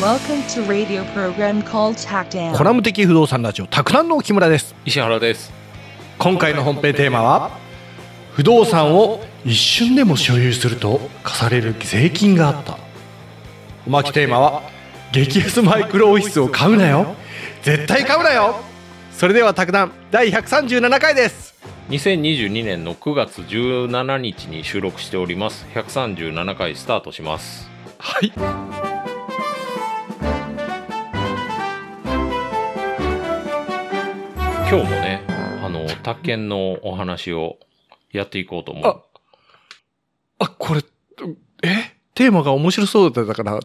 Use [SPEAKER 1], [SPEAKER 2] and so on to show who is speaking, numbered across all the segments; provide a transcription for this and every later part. [SPEAKER 1] Welcome to radio program called Hackdown.
[SPEAKER 2] コラム的不動産ラジオタクランの木村です
[SPEAKER 3] 石原です
[SPEAKER 2] 今回の本編テーマは不動産を一瞬でも所有すると課される税金があったおまきテーマは激安マイクロオフィスを買うなよ絶対買うなよそれではタクラン第137回です
[SPEAKER 3] 2022年の9月17日に収録しております137回スタートします
[SPEAKER 2] はい
[SPEAKER 3] 今日もねあの宅建のお話をやっていこうと思う
[SPEAKER 2] あこれえテーマが面白そうだったから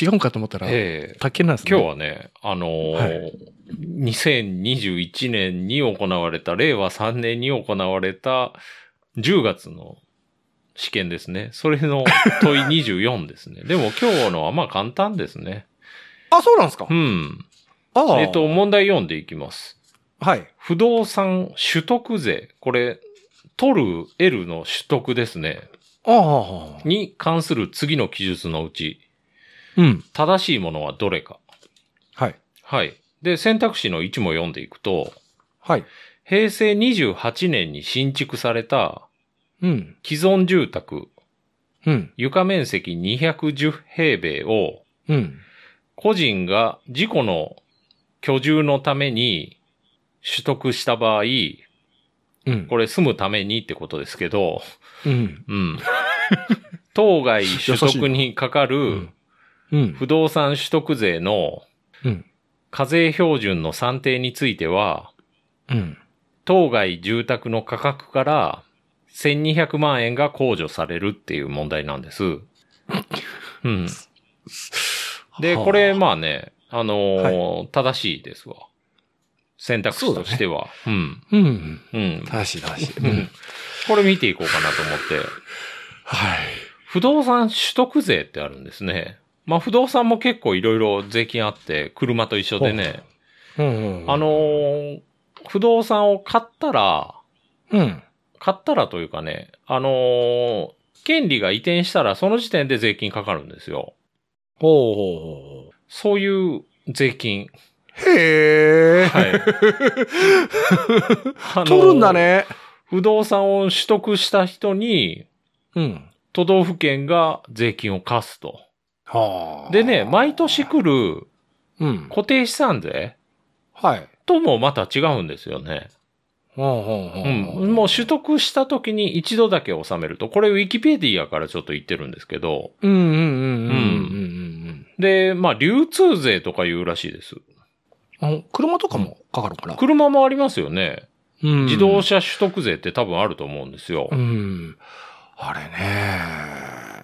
[SPEAKER 2] 違うんかと思ったら
[SPEAKER 3] ええ
[SPEAKER 2] 宅建なんですね
[SPEAKER 3] 今日はねあのー
[SPEAKER 2] は
[SPEAKER 3] 2021年に行われた令和3年に行われた10月の試験ですねそれの問い24ですねでも今日のはまあ簡単ですね
[SPEAKER 2] あそうなんですか
[SPEAKER 3] うん
[SPEAKER 2] ああ
[SPEAKER 3] えっと問題読んでいきます
[SPEAKER 2] はい
[SPEAKER 3] 不動産取得税、これ、取る、得るの取得ですね。
[SPEAKER 2] ああ
[SPEAKER 3] に関する次の記述のうち、
[SPEAKER 2] うん
[SPEAKER 3] 正しいものはどれか。
[SPEAKER 2] はい
[SPEAKER 3] はい。で、選択肢の1も読んでいくと、
[SPEAKER 2] はい
[SPEAKER 3] 平成28年に新築された
[SPEAKER 2] うん
[SPEAKER 3] 既存住宅、
[SPEAKER 2] うん
[SPEAKER 3] 床面積210平米を、
[SPEAKER 2] うん
[SPEAKER 3] 個人が事故の居住のために取得した場合、
[SPEAKER 2] うん
[SPEAKER 3] これ住むためにってことですけど、
[SPEAKER 2] うん
[SPEAKER 3] うん。当該取得にかか
[SPEAKER 2] う
[SPEAKER 3] る
[SPEAKER 2] んうん
[SPEAKER 3] 不動産取得税の
[SPEAKER 2] うん
[SPEAKER 3] 課税標準の算定については、
[SPEAKER 2] うん
[SPEAKER 3] 当該住宅の価格から1200万円が控除されるっていう問題なんです。うん。で、
[SPEAKER 2] はあ
[SPEAKER 3] これ、まあね、あのー正しいですわ。選択肢としては。
[SPEAKER 2] うん
[SPEAKER 3] うん。うん。
[SPEAKER 2] 正しい正しい、う
[SPEAKER 3] うんん、これ見ていこうかなと思って。
[SPEAKER 2] はい
[SPEAKER 3] 不動産取得税ってあるんですね。まあ不動産も結構いろいろ税金あって、車と一緒でね。
[SPEAKER 2] うん
[SPEAKER 3] あのー不動産を買ったら、
[SPEAKER 2] うん
[SPEAKER 3] 買ったらというかね、あのー権利が移転したらその時点で税金かかるんですよ。
[SPEAKER 2] ほうほうほ
[SPEAKER 3] そういう税
[SPEAKER 2] う
[SPEAKER 3] 金。
[SPEAKER 2] へえ、
[SPEAKER 3] はい。あのー
[SPEAKER 2] 取るんだ。ね
[SPEAKER 3] 不動産を取得した人に、
[SPEAKER 2] うん
[SPEAKER 3] 都道府県が税金を課すと。
[SPEAKER 2] はあ
[SPEAKER 3] でね、毎年来る
[SPEAKER 2] うん
[SPEAKER 3] 固定資産税
[SPEAKER 2] はい
[SPEAKER 3] ともまた違うんですよね。
[SPEAKER 2] ほうほうほう
[SPEAKER 3] うん。もう取得した時に一度だけ納めると。これウィキペディアからちょっと言ってるんですけど。
[SPEAKER 2] うんうんうんうんうん
[SPEAKER 3] で、まあ流通税とか言うらしいです。
[SPEAKER 2] うんうんあ車とかもかかるのかな、
[SPEAKER 3] 車もありますよね。
[SPEAKER 2] うん
[SPEAKER 3] 自動車取得税って多分あると思うんですよ。
[SPEAKER 2] うん。あれね。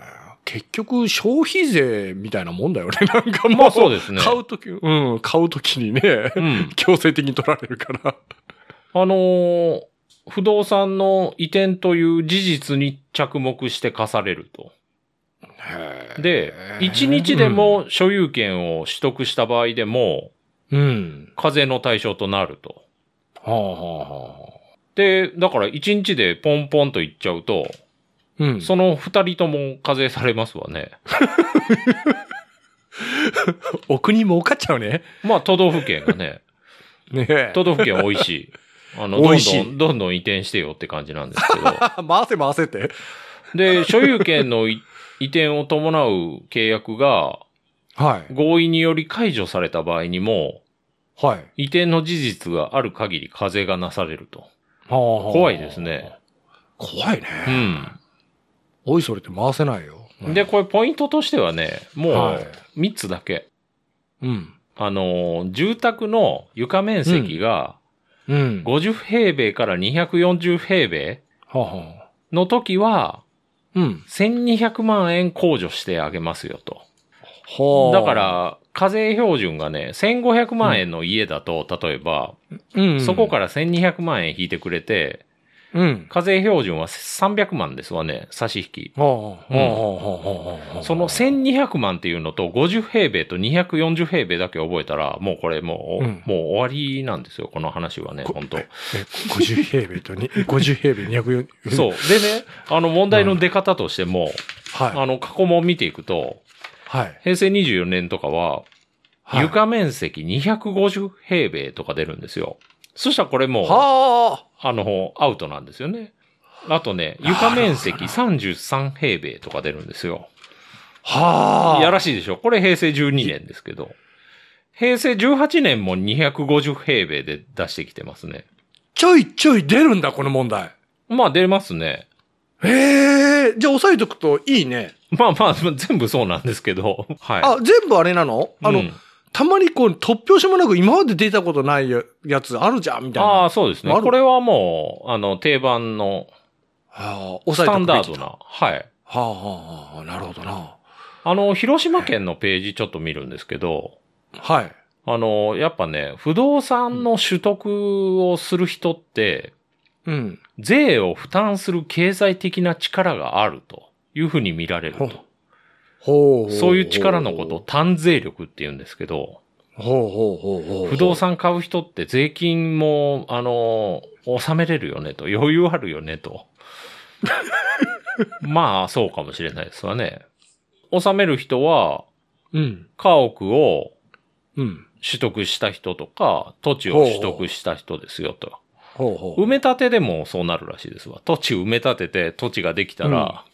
[SPEAKER 2] 結局、消費税みたいなもんだよね。なんかもう、
[SPEAKER 3] まあそうですね。
[SPEAKER 2] 買うとき、うん、買うときにね、
[SPEAKER 3] うん。
[SPEAKER 2] 強制的に取られるから。
[SPEAKER 3] あのー不動産の移転という事実に着目して課されると。で、1日でも所有権を取得した場合でも、
[SPEAKER 2] うん、うん。
[SPEAKER 3] 課税の対象となると。
[SPEAKER 2] はあはあはあ。
[SPEAKER 3] で、だから1日でポンポンと行っちゃうと、
[SPEAKER 2] うん。
[SPEAKER 3] その二人とも課税されますわね。
[SPEAKER 2] お国儲かっちゃうね。
[SPEAKER 3] まあ、都道府県 がね、
[SPEAKER 2] ねえ。
[SPEAKER 3] 都道府県多いし、あの、
[SPEAKER 2] 多
[SPEAKER 3] ど
[SPEAKER 2] い
[SPEAKER 3] ん
[SPEAKER 2] し
[SPEAKER 3] どん、どんどん移転してよって感じなんですけど。
[SPEAKER 2] 回せ回せって。
[SPEAKER 3] で、所有権のい移転を伴う契約が
[SPEAKER 2] はい。
[SPEAKER 3] 合意により解除された場合にも、
[SPEAKER 2] はい。
[SPEAKER 3] 移転の事実がある限り課税がなされると。
[SPEAKER 2] 怖
[SPEAKER 3] 怖いです。ね。
[SPEAKER 2] 怖いうね。
[SPEAKER 3] ん。
[SPEAKER 2] おい、それって回せないよ。
[SPEAKER 3] で、、これポイントとしてはね、も
[SPEAKER 2] は
[SPEAKER 3] う3つだけ。
[SPEAKER 2] い。うん。
[SPEAKER 3] あのー、住宅の床面積が
[SPEAKER 2] うん。
[SPEAKER 3] 50平米から240平米
[SPEAKER 2] はあはあ。
[SPEAKER 3] の時は、
[SPEAKER 2] うん。
[SPEAKER 3] 1200万円控除してあげますよと。
[SPEAKER 2] は
[SPEAKER 3] だか、ら、課税標準がね、1500万円の家だと、例えば、
[SPEAKER 2] うん、
[SPEAKER 3] そこから1200万円引いてくれて、
[SPEAKER 2] うん。
[SPEAKER 3] 課税標準は300万ですわね、差し引き。
[SPEAKER 2] はあ、
[SPEAKER 3] うん
[SPEAKER 2] はあ、はあ、
[SPEAKER 3] その、1200万っていうのと、50平米と240平米だけ覚えたら、もうこれもう、
[SPEAKER 2] うん
[SPEAKER 3] もう終わりなんですよ、この話はね、
[SPEAKER 2] こ
[SPEAKER 3] 本当
[SPEAKER 2] え50平米とに、50平米240。。
[SPEAKER 3] そうう。でね、あの問題の出方としても、
[SPEAKER 2] は
[SPEAKER 3] あの過去問見ていくと、
[SPEAKER 2] い。はい。
[SPEAKER 3] 平成24年とかは、
[SPEAKER 2] はい、
[SPEAKER 3] 床面積250平米とか出るんですよ。そしたらこれもう、
[SPEAKER 2] は
[SPEAKER 3] あの、アウトなんですよね。あとね、床面積33平米とか出るんですよ。
[SPEAKER 2] あはあ
[SPEAKER 3] やらしいでしょこれ平成12年ですけど。平成18年も250平米で出してきてますね。
[SPEAKER 2] ちょいちょい出るんだ、この問題。
[SPEAKER 3] まあ出ますね。
[SPEAKER 2] ええじゃあ押さえとくといいね。
[SPEAKER 3] まあまあ、全部そうなんですけど。はい。
[SPEAKER 2] あ、全部あれなのあの、
[SPEAKER 3] うん
[SPEAKER 2] たまにこう、突拍子もなく今まで出たことないややつあるじゃんみたいな。
[SPEAKER 3] あ
[SPEAKER 2] あ
[SPEAKER 3] あ、そうですね。
[SPEAKER 2] ある
[SPEAKER 3] これはもう、あの、定番の
[SPEAKER 2] あ、
[SPEAKER 3] ス
[SPEAKER 2] 押さえ
[SPEAKER 3] タ
[SPEAKER 2] と
[SPEAKER 3] ン
[SPEAKER 2] くべ
[SPEAKER 3] ダ
[SPEAKER 2] き
[SPEAKER 3] ード
[SPEAKER 2] だ。は
[SPEAKER 3] な。はい。
[SPEAKER 2] あ、はあ、はあ、なるほどな。
[SPEAKER 3] あの、広島県のページちょっと見るんですけど、
[SPEAKER 2] はい。
[SPEAKER 3] あの、やっぱね、不動産の取得をする人って、
[SPEAKER 2] うん。
[SPEAKER 3] 税を負担する経済的な力があるというふうに見られる
[SPEAKER 2] ほう
[SPEAKER 3] と。
[SPEAKER 2] ほうほう。
[SPEAKER 3] そういう力のことを。単税力って言うんですけど、
[SPEAKER 2] ほうほうほうほうほう。
[SPEAKER 3] 不動産買う人って税金も、あの、納めれるよねと、余裕あるよね と。まあ、そうかもしれないですわね。納める人は、
[SPEAKER 2] うん。
[SPEAKER 3] 家屋を
[SPEAKER 2] うん。
[SPEAKER 3] 取得した人とか、土地を取得した人ですよと。
[SPEAKER 2] ほうほう。
[SPEAKER 3] 埋め立てでもそうなるらしいですわ。土地埋め立てて土地ができたら、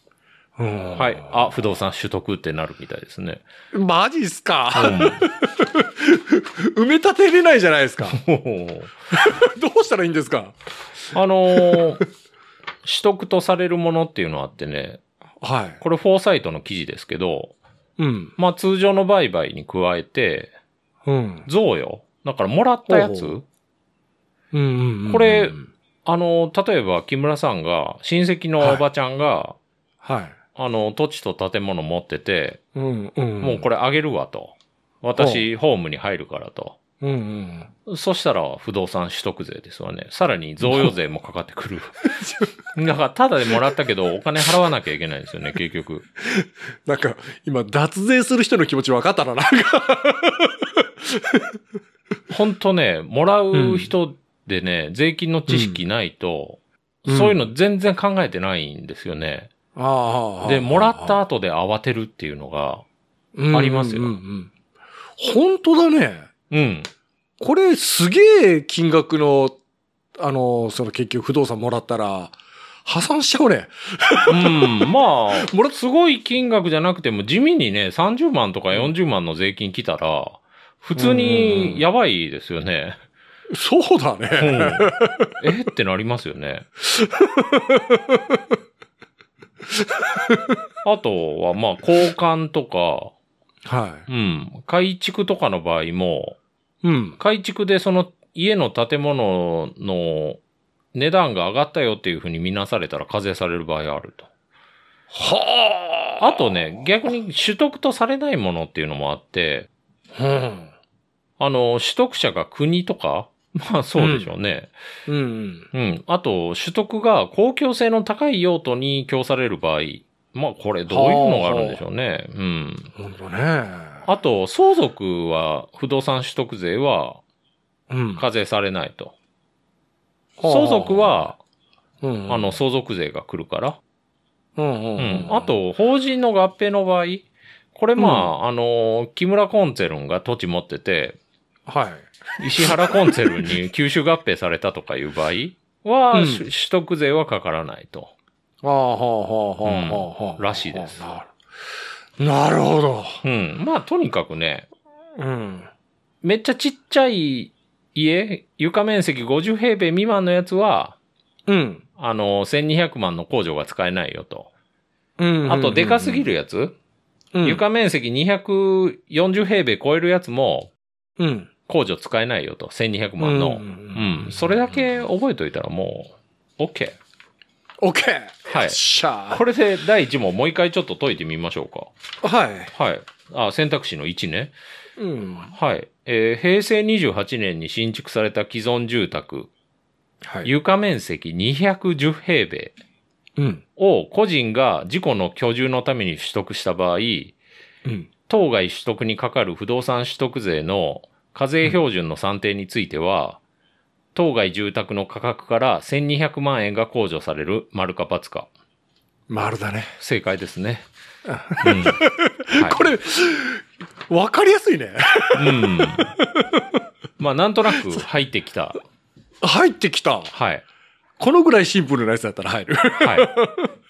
[SPEAKER 2] うん
[SPEAKER 3] はい、あ、不動産取得ってなるみたいですね。
[SPEAKER 2] マジっす
[SPEAKER 3] う
[SPEAKER 2] か
[SPEAKER 3] ん
[SPEAKER 2] 埋め立てれないじゃないですか。
[SPEAKER 3] も う
[SPEAKER 2] どうしたらいいんですか
[SPEAKER 3] あのー 取得とされるものっていうのはあってね、
[SPEAKER 2] はい。
[SPEAKER 3] これフォーサイトの記事ですけど、
[SPEAKER 2] うん。
[SPEAKER 3] まあ通常の売買に加えて、
[SPEAKER 2] うん。
[SPEAKER 3] 贈与。だからもらったやつ
[SPEAKER 2] ほうほうんうんうん
[SPEAKER 3] これ、あのー、例えば木村さんが、親戚のおばちゃんが、
[SPEAKER 2] はい。
[SPEAKER 3] あのー、土地と建物持ってて、
[SPEAKER 2] うんうん。
[SPEAKER 3] もうこれあげるわと。私、ホームに入るからと。
[SPEAKER 2] れ。うんうん。
[SPEAKER 3] そしたら不動産取得税ですわね。さらに贈与税もかかって くる。だから、ただでもらったけど、お金払わなきゃいけないんですよね、結局。
[SPEAKER 2] なんか、今、脱税する人の気持ち分かった な、なんか。
[SPEAKER 3] ほんとね、もらう人でね、税金の知識ないと、
[SPEAKER 2] うん
[SPEAKER 3] そういうの全然考えてないんですよね。
[SPEAKER 2] あ
[SPEAKER 3] で、もらった後で慌てるっていうのが、
[SPEAKER 2] た
[SPEAKER 3] ありますよ
[SPEAKER 2] 本当だね。
[SPEAKER 3] うん。
[SPEAKER 2] これ、すげえ金額の、あの、その結局不動産もらったら、破産しちゃうね。
[SPEAKER 3] うん、まあ、
[SPEAKER 2] もら
[SPEAKER 3] すごい金額じゃなくても、地味にね、30万とか40万の税金来たら、普通にやばいですよね。
[SPEAKER 2] そうだ
[SPEAKER 3] う
[SPEAKER 2] ね。
[SPEAKER 3] ん、えってなりますよね。あとは、まあ、交換とか、
[SPEAKER 2] は
[SPEAKER 3] うん、改築とかの場合も、
[SPEAKER 2] い。うん。
[SPEAKER 3] 改築でその家の建物の値段が上がったよっていうふうに見なされたら課税される場合があると。
[SPEAKER 2] は
[SPEAKER 3] あとね、逆に取得とされないものっていうのもあって、
[SPEAKER 2] あ。うん。
[SPEAKER 3] あの、取得者が国とか、 まあそうでしょうね。
[SPEAKER 2] うん。
[SPEAKER 3] うん。あと、取得が公共性の高い用途に供される場合、まあこれどういうのがあるんでしょうね。うん。
[SPEAKER 2] 本当ね。
[SPEAKER 3] あと、相続は、不動産取得税は
[SPEAKER 2] うん
[SPEAKER 3] 課税されないと。
[SPEAKER 2] はあ
[SPEAKER 3] 相続は、
[SPEAKER 2] うん
[SPEAKER 3] あの、、相続税が来るから。
[SPEAKER 2] うんうん
[SPEAKER 3] う
[SPEAKER 2] うん
[SPEAKER 3] ん。あ、と、法人の合併の場合、これまあ、あの、木村コンツェルンが土地持ってて、
[SPEAKER 2] はい。
[SPEAKER 3] 石原コンツェルンに吸収合併されたとかいう場合は、
[SPEAKER 2] うん
[SPEAKER 3] し取得税はかからないと。
[SPEAKER 2] ああ、はあ、はあ、はあ、はあ、はあ
[SPEAKER 3] うんらしいです
[SPEAKER 2] なるなるほど。
[SPEAKER 3] うん。まあ、とにかくね、
[SPEAKER 2] うん。
[SPEAKER 3] めっちゃちっちゃい家、床面積50平米未満のやつは、
[SPEAKER 2] うん。
[SPEAKER 3] あの、1200万の控除が使えないよと。
[SPEAKER 2] うん。
[SPEAKER 3] あと、でかすぎるやつ、
[SPEAKER 2] うん、
[SPEAKER 3] 床面積240平米超えるやつも、
[SPEAKER 2] うん。
[SPEAKER 3] 控除使えないよと。1200万の。うん。それだ。け覚えといたらもう、OK。
[SPEAKER 2] オッケー
[SPEAKER 3] はい
[SPEAKER 2] しゃ
[SPEAKER 3] これで第1問もう一回ちょっと解いてみましょう
[SPEAKER 2] あ。
[SPEAKER 3] か。
[SPEAKER 2] はい。
[SPEAKER 3] はい。あ、選択肢の1ね。
[SPEAKER 2] うん。
[SPEAKER 3] はい。えー平成28年に新築された既存住宅、
[SPEAKER 2] はい。
[SPEAKER 3] 床面積210平米
[SPEAKER 2] うん。
[SPEAKER 3] を個人が自己の居住のために取得した場合、
[SPEAKER 2] うん。
[SPEAKER 3] 当該取得にかかる不動産取得税の課税標準の算定については、当該住宅の価格から1200万円が控除される丸か×か。
[SPEAKER 2] 丸だね。
[SPEAKER 3] 正解ですね。うんはい
[SPEAKER 2] これ、わかりやすいね。
[SPEAKER 3] うん。まあ、なんとなく入ってきた。
[SPEAKER 2] 入ってきた。
[SPEAKER 3] はい。
[SPEAKER 2] このぐらいシンプルなやつだったら 入る。
[SPEAKER 3] はい。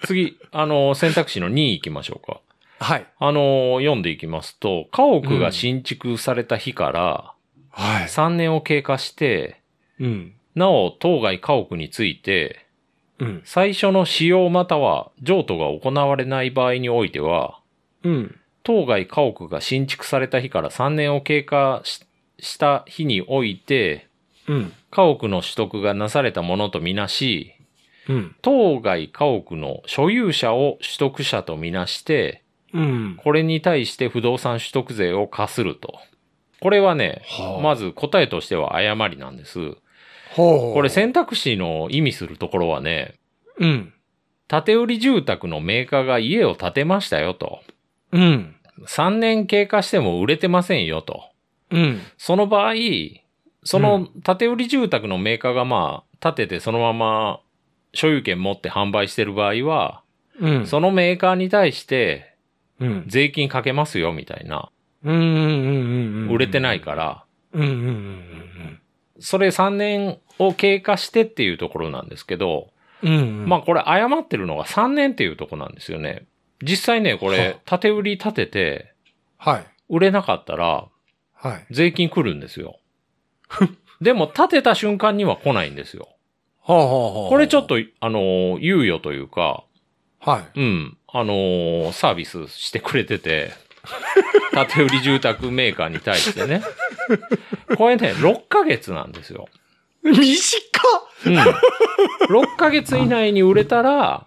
[SPEAKER 3] 次、あの、選択肢の2行きましょうか。
[SPEAKER 2] はい。
[SPEAKER 3] あの、読んでいきますと、家屋が新築された日から
[SPEAKER 2] はい。
[SPEAKER 3] 3年を経過して、
[SPEAKER 2] うん。
[SPEAKER 3] なお、当該家屋について、
[SPEAKER 2] うん。
[SPEAKER 3] 最初の使用または譲渡が行われない場合においては、
[SPEAKER 2] うん。
[SPEAKER 3] 当該家屋が新築された日から3年を経過しした日において、
[SPEAKER 2] うん。
[SPEAKER 3] 家屋の取得がなされたものとみなし、
[SPEAKER 2] うん。
[SPEAKER 3] 当該家屋の所有者を取得者とみなして、
[SPEAKER 2] うん。
[SPEAKER 3] これに対して不動産取得税を課すると。これはね、
[SPEAKER 2] はあ
[SPEAKER 3] まず答えとしては誤りなんです。
[SPEAKER 2] ほう。
[SPEAKER 3] これ、選択肢の意味するところはね、
[SPEAKER 2] うん。
[SPEAKER 3] 建て売り住宅のメーカーが家を建てましたよと。
[SPEAKER 2] うん。
[SPEAKER 3] 3年経過しても売れてませんよと。
[SPEAKER 2] うん。
[SPEAKER 3] その場合、そうの建て売り住宅のメーカーがまあ、建ててそのまま所有権持って販売してる場合は、
[SPEAKER 2] うん。
[SPEAKER 3] そのメーカーに対して
[SPEAKER 2] うん。
[SPEAKER 3] 税金かけますよみたいな。
[SPEAKER 2] うん。うん。うん。
[SPEAKER 3] 売れてないから、
[SPEAKER 2] うん。うん。うん。
[SPEAKER 3] それ3年を経過してっていうところなんですけど、
[SPEAKER 2] うん。
[SPEAKER 3] まあこれ誤ってるのが3年っていうところなんですよね。実際ね、こ
[SPEAKER 2] は
[SPEAKER 3] れ、建て売り建てて、
[SPEAKER 2] あ、はい。
[SPEAKER 3] 売れなかったら
[SPEAKER 2] はい。
[SPEAKER 3] 税金来るんで すよ。でも建てた瞬間には来ないんですよ。
[SPEAKER 2] はあ、はあ、はあ。
[SPEAKER 3] これちょっと、あのー、猶予というか、
[SPEAKER 2] はい。
[SPEAKER 3] うん、あのー、サービスしてくれ てて、建て売り住宅メーカーに対してね。これね、6ヶ月なんですよ。
[SPEAKER 2] 短
[SPEAKER 3] うん。6ヶ月以内に売れた
[SPEAKER 2] っ
[SPEAKER 3] ら、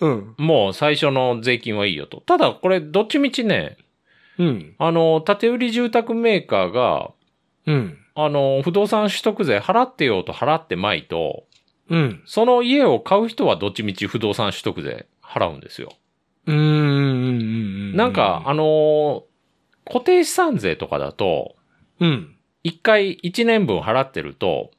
[SPEAKER 2] うん。
[SPEAKER 3] もう最初の税金はいいよと。ただこれ、どっちみちね、
[SPEAKER 2] うん。
[SPEAKER 3] あの、建て売り住宅メーカーが、
[SPEAKER 2] うん。
[SPEAKER 3] あの、不動産取得税払ってようと払ってまいと、
[SPEAKER 2] うん。
[SPEAKER 3] その家を買う人はどっちみち不動産取得税払うんですよ。
[SPEAKER 2] うん。
[SPEAKER 3] なんか、、あの、固定資産税とかだと、
[SPEAKER 2] うん。
[SPEAKER 3] 一回1年分払ってると、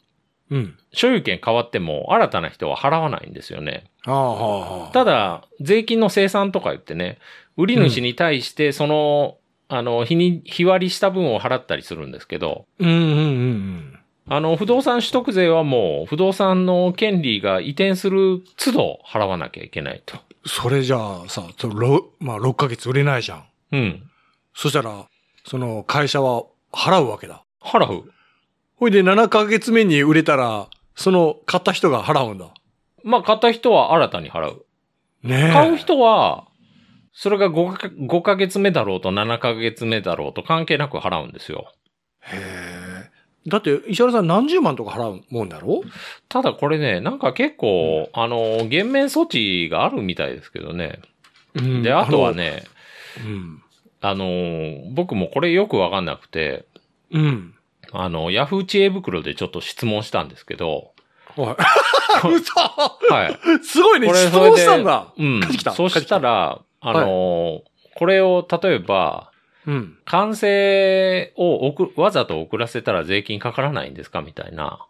[SPEAKER 2] うん。
[SPEAKER 3] 所有権変わっても新たな人は払わないんですよね。
[SPEAKER 2] はあ、はあ、はあ。
[SPEAKER 3] ただ、税金の生産とか言ってね、売り主に対して、その、あの、日に、日割りした分を払ったりするんですけど、
[SPEAKER 2] うん、うん、うん。
[SPEAKER 3] あの、不動産取得税はもう、不動産の権利が移転する都度払わなきゃいけないと。
[SPEAKER 2] それじゃあさ、そのろまあ、6ヶ月売れないじゃん。
[SPEAKER 3] うん。
[SPEAKER 2] そしたら、その会社は払うわけだ。
[SPEAKER 3] 払う。
[SPEAKER 2] ほいで、7ヶ月目に売れたら、その買った人が払うんだ。
[SPEAKER 3] まあ、買った人は新たに払う。
[SPEAKER 2] ねえ。
[SPEAKER 3] 買う人は、それが5か5ヶ月目だろうと7ヶ月目だろうと関係なく払うんですよ。
[SPEAKER 2] へえ。だって、石原さん何十万とか払うもんだろ
[SPEAKER 3] ただこれね、なんか結構、あの、減免措置があるみたいですけどね。
[SPEAKER 2] うん
[SPEAKER 3] で、あとは。ね、
[SPEAKER 2] のうん。
[SPEAKER 3] あのー、僕もこれよくわかんなくて、
[SPEAKER 2] うん。
[SPEAKER 3] あの、ヤフー知恵袋でちょっと質問したんですけ ど、
[SPEAKER 2] おい。 嘘
[SPEAKER 3] はい。
[SPEAKER 2] すごいね。
[SPEAKER 3] これ
[SPEAKER 2] 質
[SPEAKER 3] それ
[SPEAKER 2] 問
[SPEAKER 3] で
[SPEAKER 2] したんだ。
[SPEAKER 3] うん
[SPEAKER 2] 帰ってきた。
[SPEAKER 3] そうしたら、あのー、これを例えば、
[SPEAKER 2] うん。
[SPEAKER 3] 完成を送わざと遅らせたら税金かからないんですかみたいな。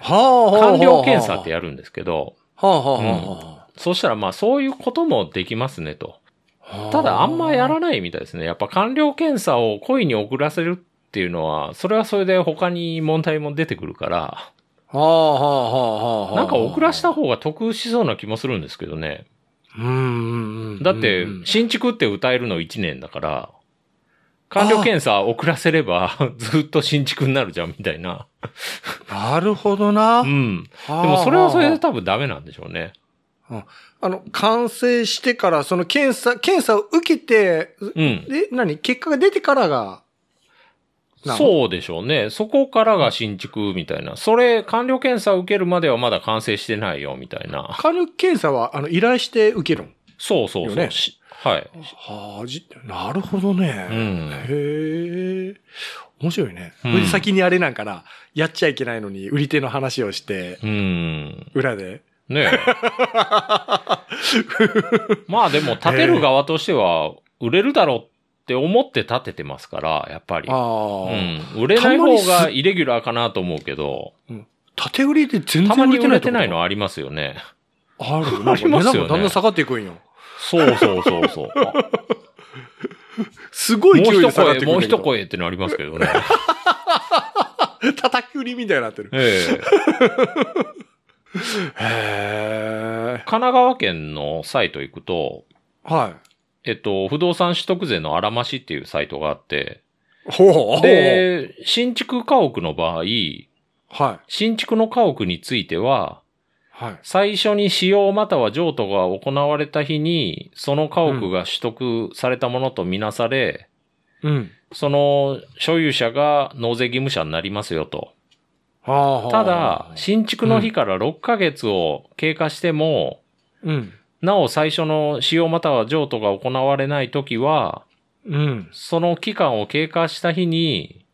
[SPEAKER 2] はあ、はあ。
[SPEAKER 3] 完了検査ってやるんですけど、
[SPEAKER 2] はあ、はあ、は
[SPEAKER 3] そうしたらまあそういうこともできますねと。
[SPEAKER 2] あはあ。
[SPEAKER 3] ただあんまやらないみたいですね。やっぱ完了検査を故意に遅らせるっていうのは、それはそれで他に問題も出てくるから、
[SPEAKER 2] はあ、はあ、はあ、はあ。
[SPEAKER 3] なんか遅らした方が得しそうな気もするんですけどね。
[SPEAKER 2] うんうんうん。
[SPEAKER 3] だって
[SPEAKER 2] うん、
[SPEAKER 3] 新築って歌えるの1年だから、完了検査遅らせればずっと新築になるじゃんみたいな。
[SPEAKER 2] なるほどな。
[SPEAKER 3] う
[SPEAKER 2] は
[SPEAKER 3] ん。
[SPEAKER 2] あ
[SPEAKER 3] でもそれはそれ
[SPEAKER 2] は
[SPEAKER 3] で
[SPEAKER 2] あ
[SPEAKER 3] 多分ダメなんでしょうね。
[SPEAKER 2] あの、完成してから、その検査、検査を受けて、
[SPEAKER 3] うん。
[SPEAKER 2] で、何結果が出てからが、なの
[SPEAKER 3] そうでしょうね。そこからが新築みたいな。それ、完了検査受けるまではまだ完成してないよ、みたいな。
[SPEAKER 2] カル検査は、あの、依頼して受けるの
[SPEAKER 3] そうそうそ
[SPEAKER 2] よ
[SPEAKER 3] う。
[SPEAKER 2] ね
[SPEAKER 3] しはい。
[SPEAKER 2] はあ、じ、なるほど
[SPEAKER 3] う
[SPEAKER 2] ね。
[SPEAKER 3] ん。
[SPEAKER 2] へえ。面白いね。
[SPEAKER 3] うん
[SPEAKER 2] それで先にあれなんかな、やっちゃいけないのに、売り手の話をして、
[SPEAKER 3] うん。
[SPEAKER 2] 裏で。
[SPEAKER 3] ねえ。 まあでも、建てる側としては、売れるだろうって思って建ててますから、やっぱり。う
[SPEAKER 2] ああ、
[SPEAKER 3] ん。売れない方がイレギュラーかなと思うけど、
[SPEAKER 2] 縦売りで全
[SPEAKER 3] たま
[SPEAKER 2] 然売れて
[SPEAKER 3] に売
[SPEAKER 2] ない
[SPEAKER 3] れ
[SPEAKER 2] と
[SPEAKER 3] て
[SPEAKER 2] こ
[SPEAKER 3] ないのありますよね。
[SPEAKER 2] ある
[SPEAKER 3] ありますよね
[SPEAKER 2] なんかだんだん下がっていくんよ。
[SPEAKER 3] そうそうそうそう。
[SPEAKER 2] すごい
[SPEAKER 3] も う
[SPEAKER 2] 勢いで
[SPEAKER 3] 一
[SPEAKER 2] 下がっ
[SPEAKER 3] 声、
[SPEAKER 2] ていくん
[SPEAKER 3] もう
[SPEAKER 2] だけど。
[SPEAKER 3] 一声ってのありますけどね。
[SPEAKER 2] 叩き売りみたいになってる。
[SPEAKER 3] ええ
[SPEAKER 2] へえ。
[SPEAKER 3] 神奈川県のサイト行くと、
[SPEAKER 2] は
[SPEAKER 3] えっと、不動産取得税のあらましっていうサイトがあって、
[SPEAKER 2] い。ほう。
[SPEAKER 3] で、新築家屋の場合、
[SPEAKER 2] はい。
[SPEAKER 3] 新築の家屋については、
[SPEAKER 2] はい。
[SPEAKER 3] 最初に使用または譲渡が行われた日に、その家屋が取得されたものとみなされ、
[SPEAKER 2] うん。
[SPEAKER 3] その所有者が納税義務者になりますよと。
[SPEAKER 2] はあ
[SPEAKER 3] ただ、新築の日から6ヶ月を経過しても、
[SPEAKER 2] うん。
[SPEAKER 3] なお最初の使用または譲渡が行われないときは、
[SPEAKER 2] うん。
[SPEAKER 3] その期間を経過した日に、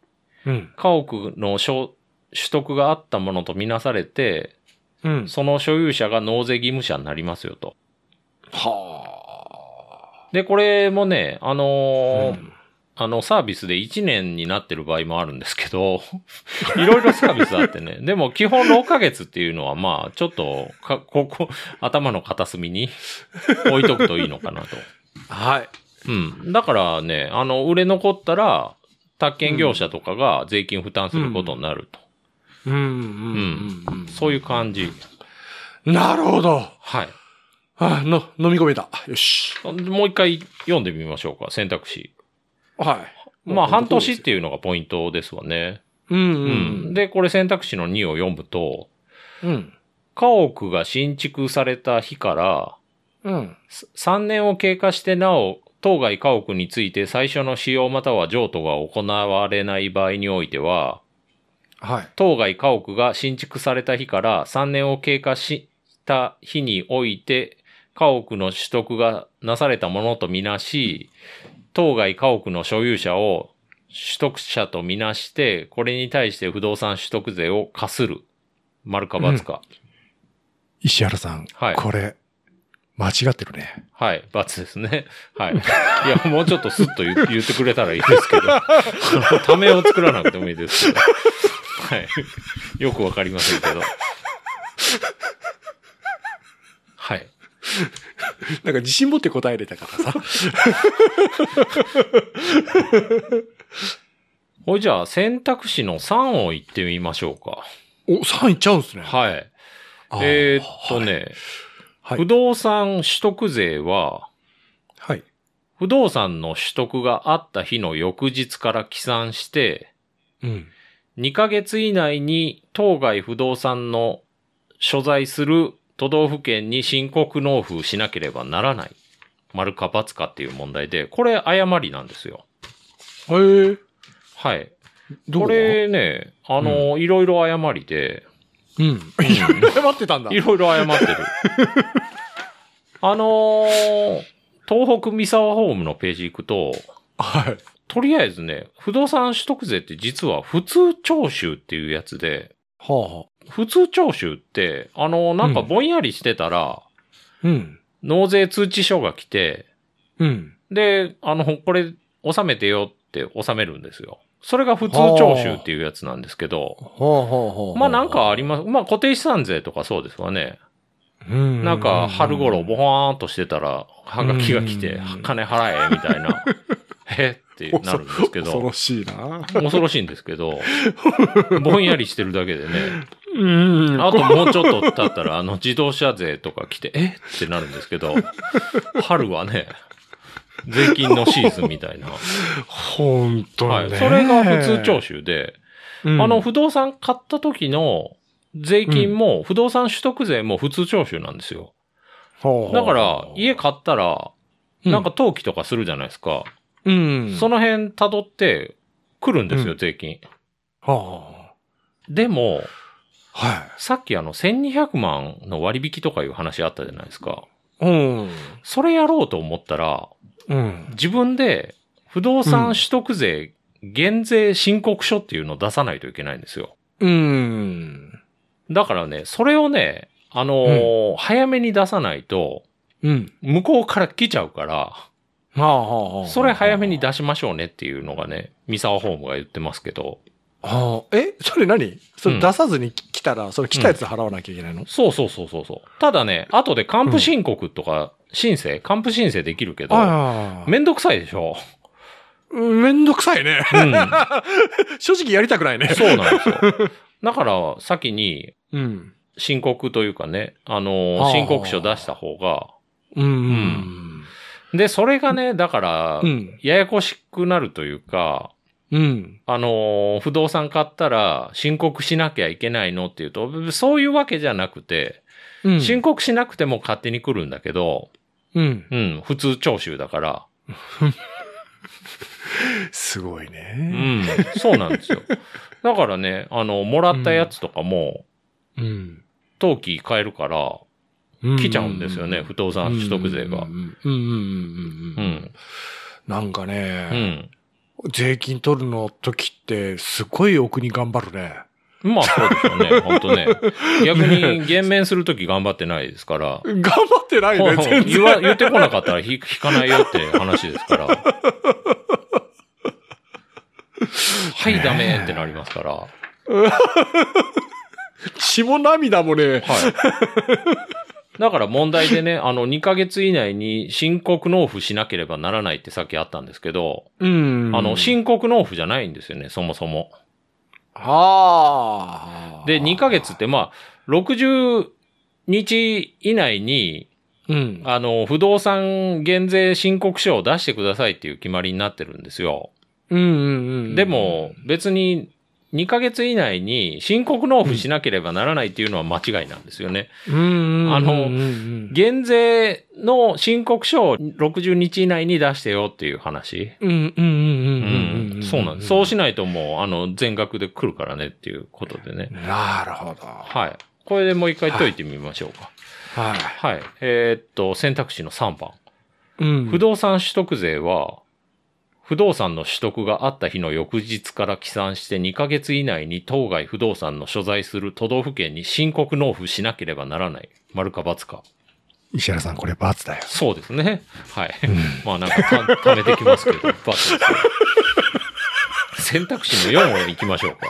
[SPEAKER 2] うん。
[SPEAKER 3] 家屋の所取得があったものとみなされて、
[SPEAKER 2] うん。
[SPEAKER 3] その所有者が納税義務者になりますよと。
[SPEAKER 2] は
[SPEAKER 3] で、これもね、あ
[SPEAKER 2] あ。
[SPEAKER 3] のーあの、サービスで1年になってる場合もあるんですけど、いろいろサービスあってね。でも、基本6ヶ月っていうのは、まあ、ちょっと、か、ここ、頭の片隅に置いとくといいのかなと。
[SPEAKER 2] はい。
[SPEAKER 3] うん。だからね、あの、売れ残ったら、宅建業者とかが税金負担することになると。
[SPEAKER 2] うん。うん。うん。
[SPEAKER 3] そういう感じ。
[SPEAKER 2] なるほど。
[SPEAKER 3] はい。
[SPEAKER 2] あ、の、飲み込めた。よし。
[SPEAKER 3] もう一回読んでみましょうか、選択肢。
[SPEAKER 2] はい。
[SPEAKER 3] まあ、半年っ
[SPEAKER 2] いう。
[SPEAKER 3] ていうのがポイントですわね。
[SPEAKER 2] うん。
[SPEAKER 3] う。
[SPEAKER 2] うんん。
[SPEAKER 3] で、これ選択肢の2を読むと、
[SPEAKER 2] うん。
[SPEAKER 3] 家屋が新築された日から、
[SPEAKER 2] うん。
[SPEAKER 3] さ3年を経過してなお、当該家屋について最初の使用または譲渡が行われない場合においては、
[SPEAKER 2] はい。
[SPEAKER 3] 当該家屋が新築された日から3年を経過した日において、家屋の取得がなされたものとみなし、当該家屋の所有者を取得者とみなして、これに対して不動産取得税を課する。丸か×か。
[SPEAKER 2] 石原さん、
[SPEAKER 3] はい
[SPEAKER 2] これ、間違ってるね。
[SPEAKER 3] はい、罰ですね。はい。いや、もうちょっとスッと言う言ってくれたらいいですけど、 ためを作らなくてもいいですけど。はい。よくわかりませんけど。はい。
[SPEAKER 2] なんか自信持って答えれたから さ。
[SPEAKER 3] ほいじゃあ、選択肢の3を言ってみましょうか。
[SPEAKER 2] お、3いっちゃうんすね。
[SPEAKER 3] はい。
[SPEAKER 2] あー
[SPEAKER 3] えーっと。ね、
[SPEAKER 2] はい
[SPEAKER 3] 不。動産取得税は、
[SPEAKER 2] はい。
[SPEAKER 3] 不動産の取得があった日の翌日から起算して、
[SPEAKER 2] うん。
[SPEAKER 3] 2ヶ月以内に当該不動産の所在する都道府県に申告納付しなければならない。丸か×かっていう問題で、これ誤りなんですよ。
[SPEAKER 2] へえ。
[SPEAKER 3] はい。
[SPEAKER 2] ど
[SPEAKER 3] こ
[SPEAKER 2] こ
[SPEAKER 3] れね、あの、いろいろ誤りで、
[SPEAKER 2] うん。いろいろ謝ってたんだ
[SPEAKER 3] い。ろいろ誤ってる。あのー東北三沢ホームのページ行くと、
[SPEAKER 2] はい。
[SPEAKER 3] とりあえずね、不動産取得税って実は普通徴収っていうやつで、
[SPEAKER 2] はあ、は
[SPEAKER 3] 普通徴収って、あの、なんか
[SPEAKER 2] うん
[SPEAKER 3] ぼんやりしてたら、
[SPEAKER 2] うん。
[SPEAKER 3] 納税通知書が来て、
[SPEAKER 2] うん。
[SPEAKER 3] で、あの、これ、納めてよって納めるんですよ。それが普通徴収っていうやつなんですけど、
[SPEAKER 2] はあ、はあ、は
[SPEAKER 3] まあなんかあり
[SPEAKER 2] ま
[SPEAKER 3] ます。まあ固定資産税とかそうですわね。
[SPEAKER 2] す。うん。
[SPEAKER 3] なんか春頃ボワーンとしてたら、はがきが来て
[SPEAKER 2] う、ん
[SPEAKER 3] 金払え、みた いな。えってなるんですけ
[SPEAKER 2] 恐
[SPEAKER 3] ど
[SPEAKER 2] ろ、しいな。
[SPEAKER 3] 恐ろしいんですけど、ぼんやりしてるだけでね。
[SPEAKER 2] うん
[SPEAKER 3] あともうちょっと経ったら、あの、自動車税とか来て、えってなるんです けど、春はね、税金のシーズンみたいな。
[SPEAKER 2] ほんと
[SPEAKER 3] はい。
[SPEAKER 2] ね。
[SPEAKER 3] それが普通徴収で、
[SPEAKER 2] うん
[SPEAKER 3] あの、、不動産買った時の税金も、不動産取得税も普通徴収なんですよ。だから、家買ったら、なんか、登記とかするじゃないですか。
[SPEAKER 2] うん。
[SPEAKER 3] その辺辿って来るんです
[SPEAKER 2] う
[SPEAKER 3] よ、
[SPEAKER 2] ん
[SPEAKER 3] 税金。
[SPEAKER 2] は
[SPEAKER 3] でも、
[SPEAKER 2] あ、は
[SPEAKER 3] さっきあの、1200万の割引とかいう話あったじゃないですか。
[SPEAKER 2] い。うん。
[SPEAKER 3] それやろうと思ったら、
[SPEAKER 2] うん。
[SPEAKER 3] 自分で不動産取得税減税申告書っていうのを出さないといけないんですよ。
[SPEAKER 2] うん。
[SPEAKER 3] だからね、それをね、あのー早めに出さないと、
[SPEAKER 2] うん。
[SPEAKER 3] 向こうから来ちゃうから、
[SPEAKER 2] はあ、はあ、はあ。
[SPEAKER 3] それ早めに。出しましょうねっていうのがね、三沢ホームが言ってますけど、
[SPEAKER 2] はあ。え、それ何それ出さずにき来たら、それ来たやつ払わなきゃいけないの、
[SPEAKER 3] そうそうそうそうそう。ただね、後で還付申告とか、申請、還付申請できるけど、
[SPEAKER 2] ああ。
[SPEAKER 3] めんどくさいでしょ。
[SPEAKER 2] うんめんどくさいね。
[SPEAKER 3] うん。
[SPEAKER 2] 正直やりたくないね。
[SPEAKER 3] そうなんですよ。だから、先に
[SPEAKER 2] うん。
[SPEAKER 3] 申告というかね、あ
[SPEAKER 2] あ
[SPEAKER 3] の、
[SPEAKER 2] ー
[SPEAKER 3] 申告書出した方が、
[SPEAKER 2] うん
[SPEAKER 3] で、それがね、だから
[SPEAKER 2] うん。う、ん。
[SPEAKER 3] ややこしくなるというか、
[SPEAKER 2] うん。
[SPEAKER 3] あのー不動産買ったら申告しなきゃいけないのっていうと、そういうわけじゃなくて、
[SPEAKER 2] うん。
[SPEAKER 3] 申告しなくても勝手に来るんだけど、
[SPEAKER 2] うん。
[SPEAKER 3] うん、普通徴収だから、
[SPEAKER 2] すごいね。
[SPEAKER 3] うん、そうなんですよ。だからね、あの、もらったやつとかも、
[SPEAKER 2] うん。
[SPEAKER 3] 登記変えるから、来ちゃうんですよね、不動産取得税が
[SPEAKER 2] う。んうんうんうんうん
[SPEAKER 3] う
[SPEAKER 2] うん。
[SPEAKER 3] ん、
[SPEAKER 2] なんか
[SPEAKER 3] う
[SPEAKER 2] ね、
[SPEAKER 3] ん。
[SPEAKER 2] 税金取るの時って、すごい奥に頑張るね。
[SPEAKER 3] まあ、そうです よね、本当ね。逆に、減免するとき頑張ってないですから、
[SPEAKER 2] 頑張ってないね、全然。
[SPEAKER 3] 言わ言ってこなかったら引引かないよって話です から。はい、ダメってなりますから。は
[SPEAKER 2] 血も涙もね、
[SPEAKER 3] い。だから問題でね、あの、2ヶ月以内に申告納付しなければならないってさっきあったんですけど、
[SPEAKER 2] うん
[SPEAKER 3] あの、申告納付じゃないんですよね、そもそも。
[SPEAKER 2] はあ。
[SPEAKER 3] で、2ヶ月っ、てまあ、60日以内に、
[SPEAKER 2] うん。
[SPEAKER 3] あの、不動産減税申告書を出してくださいっていう決まりになってるんですよ。
[SPEAKER 2] うんうんうん。
[SPEAKER 3] でも、別に2ヶ月以内に申告納付しなければならないっていうのは間違いなんですよね。
[SPEAKER 2] うんうんうんうん、
[SPEAKER 3] あの
[SPEAKER 2] うんうん
[SPEAKER 3] 減税の申告書を60日以内に出してよっていう話。
[SPEAKER 2] うんうんうん
[SPEAKER 3] う
[SPEAKER 2] うんうんん。、
[SPEAKER 3] そうなんです。そうしないともう、あの、全額で来るからねっていうことでね。
[SPEAKER 2] なるほど。は
[SPEAKER 3] はい。これでもう一回解いてみましょうか。
[SPEAKER 2] い。
[SPEAKER 3] はい。えーっと、選択肢の3番。
[SPEAKER 2] うん
[SPEAKER 3] 不動産取得税は、不動産の取得があった日の翌日から起算して2ヶ月以内に当該不動産の所在する都道府県に申告納付しなければならない。丸か×か。
[SPEAKER 2] 石原さん、これ罰だよ。
[SPEAKER 3] そうですね。はい。まあなんかた溜めてきますけど、×です。選択肢の4を行きましょうか。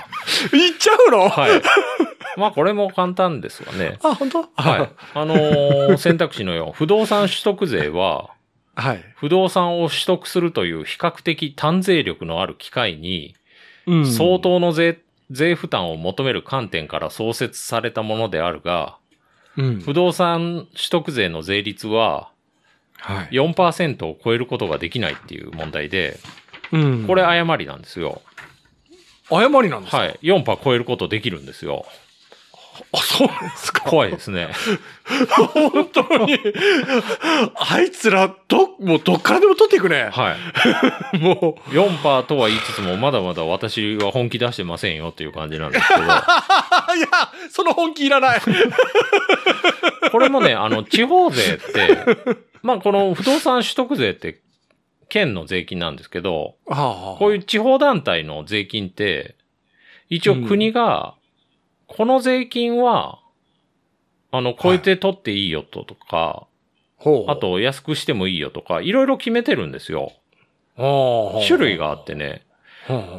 [SPEAKER 2] いっちゃうのい。
[SPEAKER 3] はい。まあこれも簡単ですわね。
[SPEAKER 2] あ、本当
[SPEAKER 3] はい。。あのー選択肢の4。不動産取得税は、
[SPEAKER 2] はい。
[SPEAKER 3] 不動産を取得するという比較的単税力のある機会に、
[SPEAKER 2] うん
[SPEAKER 3] 相。当の税、税負担を求める観点から創設されたものであるが、
[SPEAKER 2] うん
[SPEAKER 3] 不。動産取得税の税率は
[SPEAKER 2] はい。
[SPEAKER 3] 4%を超えることができないっていう問題で、
[SPEAKER 2] うん
[SPEAKER 3] これ、誤りなんですよ。
[SPEAKER 2] 誤りなんですか
[SPEAKER 3] はい。4%超えることできるんですよ。
[SPEAKER 2] あ、そうなんですか。
[SPEAKER 3] 怖いです ね。
[SPEAKER 2] 本当に。あいつら、ど、もうどっからでも取っていくね。
[SPEAKER 3] はい。
[SPEAKER 2] も
[SPEAKER 3] 4%とは言いつつも、まだまだ私は本気出してませんよっていう感じなんですけど。
[SPEAKER 2] う。いや、その本気いら ない。
[SPEAKER 3] これもね、あの、地方税って、まあ、この不動産取得税って、県の税金なんですけど、
[SPEAKER 2] あ
[SPEAKER 3] こう
[SPEAKER 2] い
[SPEAKER 3] いう地方団体の税金って、一応国が、この税金は、あの、超えて取っていいよととか、
[SPEAKER 2] う
[SPEAKER 3] あ、と安くしてもいいよとか、いろいろ決めてるんですよ。種類があってね。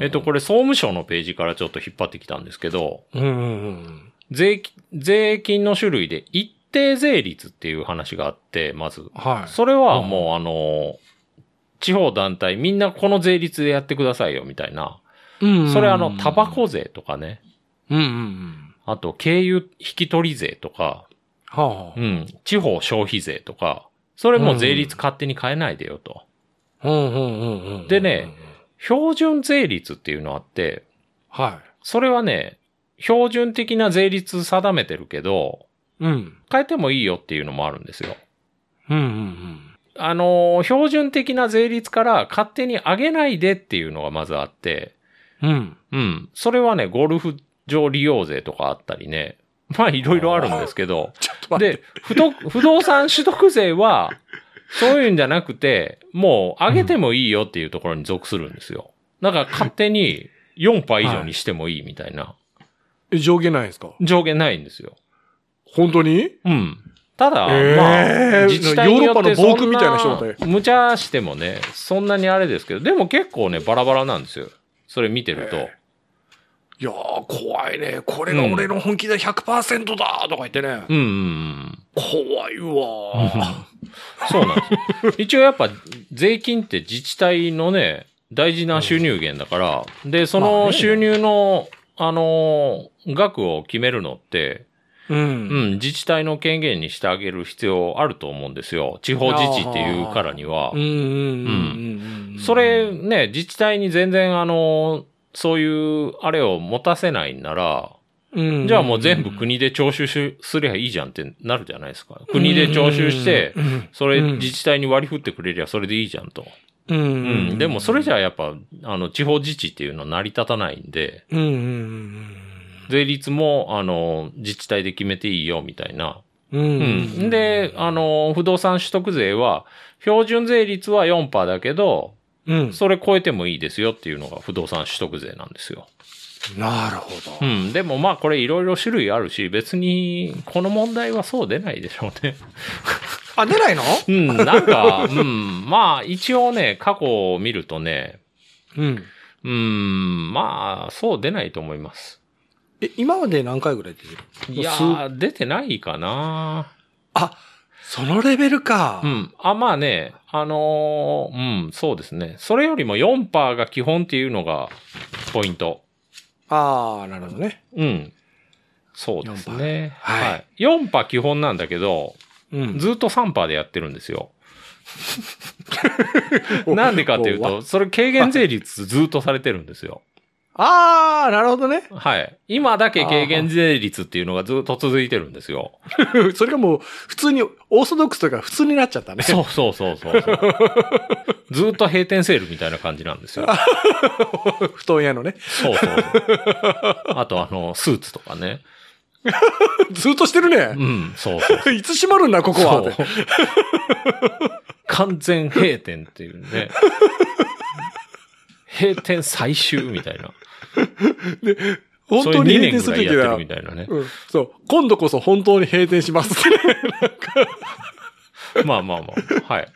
[SPEAKER 3] えっと、これ総務省のページからちょっと引っ張ってきたんですけど、
[SPEAKER 2] れ。うんうん
[SPEAKER 3] 税金、税金の種類で一定税率っていう話があって、まず。
[SPEAKER 2] はい。
[SPEAKER 3] それはもうあの、地方団体みんなこの税率でやってくださいよみたいな。
[SPEAKER 2] うん
[SPEAKER 3] それあの、タバ。コ税とかね。
[SPEAKER 2] うんうんうん。
[SPEAKER 3] あと、軽油引き取り税とか、
[SPEAKER 2] は
[SPEAKER 3] う
[SPEAKER 2] あ。
[SPEAKER 3] ん、地方消費税とか、それも税率勝手に変えないでよと。
[SPEAKER 2] うんうんうんうん。
[SPEAKER 3] でね、標準税率っていうのあって、
[SPEAKER 2] は
[SPEAKER 3] それはね、標準的な税率定めてるけど、
[SPEAKER 2] い。うん。
[SPEAKER 3] 変えてもいいよっていうのもあるんですよ。
[SPEAKER 2] うんうん
[SPEAKER 3] あのー標準的な税率から勝手に上げないでっていうのがまずあって、
[SPEAKER 2] うん。うん。
[SPEAKER 3] うん。それはね、ゴルフ場利用税とかあったりね。 まあ、いろいろあるんですけど。
[SPEAKER 2] ちょっと待って。
[SPEAKER 3] で、不動不動産取得税は、そういうんじゃなくて、もう上げてもいいよっていうところに属するんですよ。だから勝手に4%以上にしてもいいみたいな
[SPEAKER 2] え上下ないですか
[SPEAKER 3] 上限ないんですよ。
[SPEAKER 2] 本当に
[SPEAKER 3] うん。ただ、
[SPEAKER 2] えー
[SPEAKER 3] まあ、自治体によって
[SPEAKER 2] ヨーロッパの暴君みたいな人だよ
[SPEAKER 3] そんな無茶してもね、そんなにあれですけど、でも結構ね、バラバラなんですよ。それ見てると。
[SPEAKER 2] いやー、怖いね。これが俺の本気で100%だとか言ってね。
[SPEAKER 3] うんうんうん。
[SPEAKER 2] 怖いわ
[SPEAKER 3] そうなんですよ。一応やっぱ税金って自治体のね、大事な収入源だから、で、そ
[SPEAKER 2] まあね
[SPEAKER 3] の収入の、あのー、額を決めるのって、
[SPEAKER 2] ー。う。
[SPEAKER 3] うんん、自治体の権限にしてあげる必要あると思うんですよ。地方自治っていうからには
[SPEAKER 2] うん。。うんうん。
[SPEAKER 3] それ、ね、自治体に全然あの、そういうあれを持たせないんなら、
[SPEAKER 2] うん
[SPEAKER 3] じゃあもう全部国で徴収しすりゃいいじゃんってなるじゃないですか。国で徴収して、
[SPEAKER 2] うんうん
[SPEAKER 3] それ
[SPEAKER 2] うん
[SPEAKER 3] 自治体に割り振ってくれりゃそれでいいじゃんと。
[SPEAKER 2] うんう
[SPEAKER 3] うん
[SPEAKER 2] うん
[SPEAKER 3] ん。でもそれじゃあやっぱ、あの、地方自治っていうのは成り立たないんで、
[SPEAKER 2] うんうん
[SPEAKER 3] 税率も、あの、自治体で決めていいよみたいな。
[SPEAKER 2] うんうん
[SPEAKER 3] う
[SPEAKER 2] うん
[SPEAKER 3] ん。で、あの、不動産取得税は、標準税率は4%だけど、
[SPEAKER 2] うん
[SPEAKER 3] それ超えてもいいですよっていうのが不動産取得税なんですよ。
[SPEAKER 2] なるほ
[SPEAKER 3] う
[SPEAKER 2] ど。
[SPEAKER 3] ん。でもまあこれいろいろ種類あるし、別にこの問題はそう出ないでしょうね。
[SPEAKER 2] あ、出ないの
[SPEAKER 3] うん。なんか、うん。まあ一応ね、過去を見るとね、
[SPEAKER 2] うん。
[SPEAKER 3] うん、まあ、そう出ないと思います。
[SPEAKER 2] え、今まで何回ぐらい出てる
[SPEAKER 3] いや
[SPEAKER 2] そ
[SPEAKER 3] ー、出てないかな
[SPEAKER 2] あ、そのレベルか
[SPEAKER 3] う。ん。あ、まあね、あのーうん、そうですね。それよりも4%が基本っていうのがポイント。
[SPEAKER 2] ああ、なるほどね。
[SPEAKER 3] うん。そうですね。
[SPEAKER 2] 4%はい
[SPEAKER 3] はい。4%基本なんだけど、
[SPEAKER 2] うん
[SPEAKER 3] ずっと3%でやってるんですよ。なんでかっていうと、それ軽減税率ずっとされてるんですよ。
[SPEAKER 2] ああ、なるほどね。
[SPEAKER 3] はい。今だけ軽減税率っていうのがずっと続いてるんですよ。
[SPEAKER 2] それがもう、普通に、オーソドックスというか普通になっちゃったね。
[SPEAKER 3] そうそうそうそうそう。ずっと閉店セールみたいな感じなんですよ。
[SPEAKER 2] 布団屋のね。
[SPEAKER 3] そうそう。あとあの、スーツとかね。
[SPEAKER 2] ずっとしてる
[SPEAKER 3] う
[SPEAKER 2] ね。
[SPEAKER 3] ん、そうそう。
[SPEAKER 2] いつ閉まるんだ、ここは。
[SPEAKER 3] そう完全閉店っていうね。閉店最終みたいな。
[SPEAKER 2] 本
[SPEAKER 3] そ
[SPEAKER 2] 当
[SPEAKER 3] れ
[SPEAKER 2] に閉店
[SPEAKER 3] 2年ぐ
[SPEAKER 2] す
[SPEAKER 3] らい
[SPEAKER 2] る
[SPEAKER 3] や
[SPEAKER 2] とき
[SPEAKER 3] って
[SPEAKER 2] は
[SPEAKER 3] る。みたいなね。
[SPEAKER 2] うん、そう。今度こそ本当に閉店します ってね。
[SPEAKER 3] まあまあまあ。はい。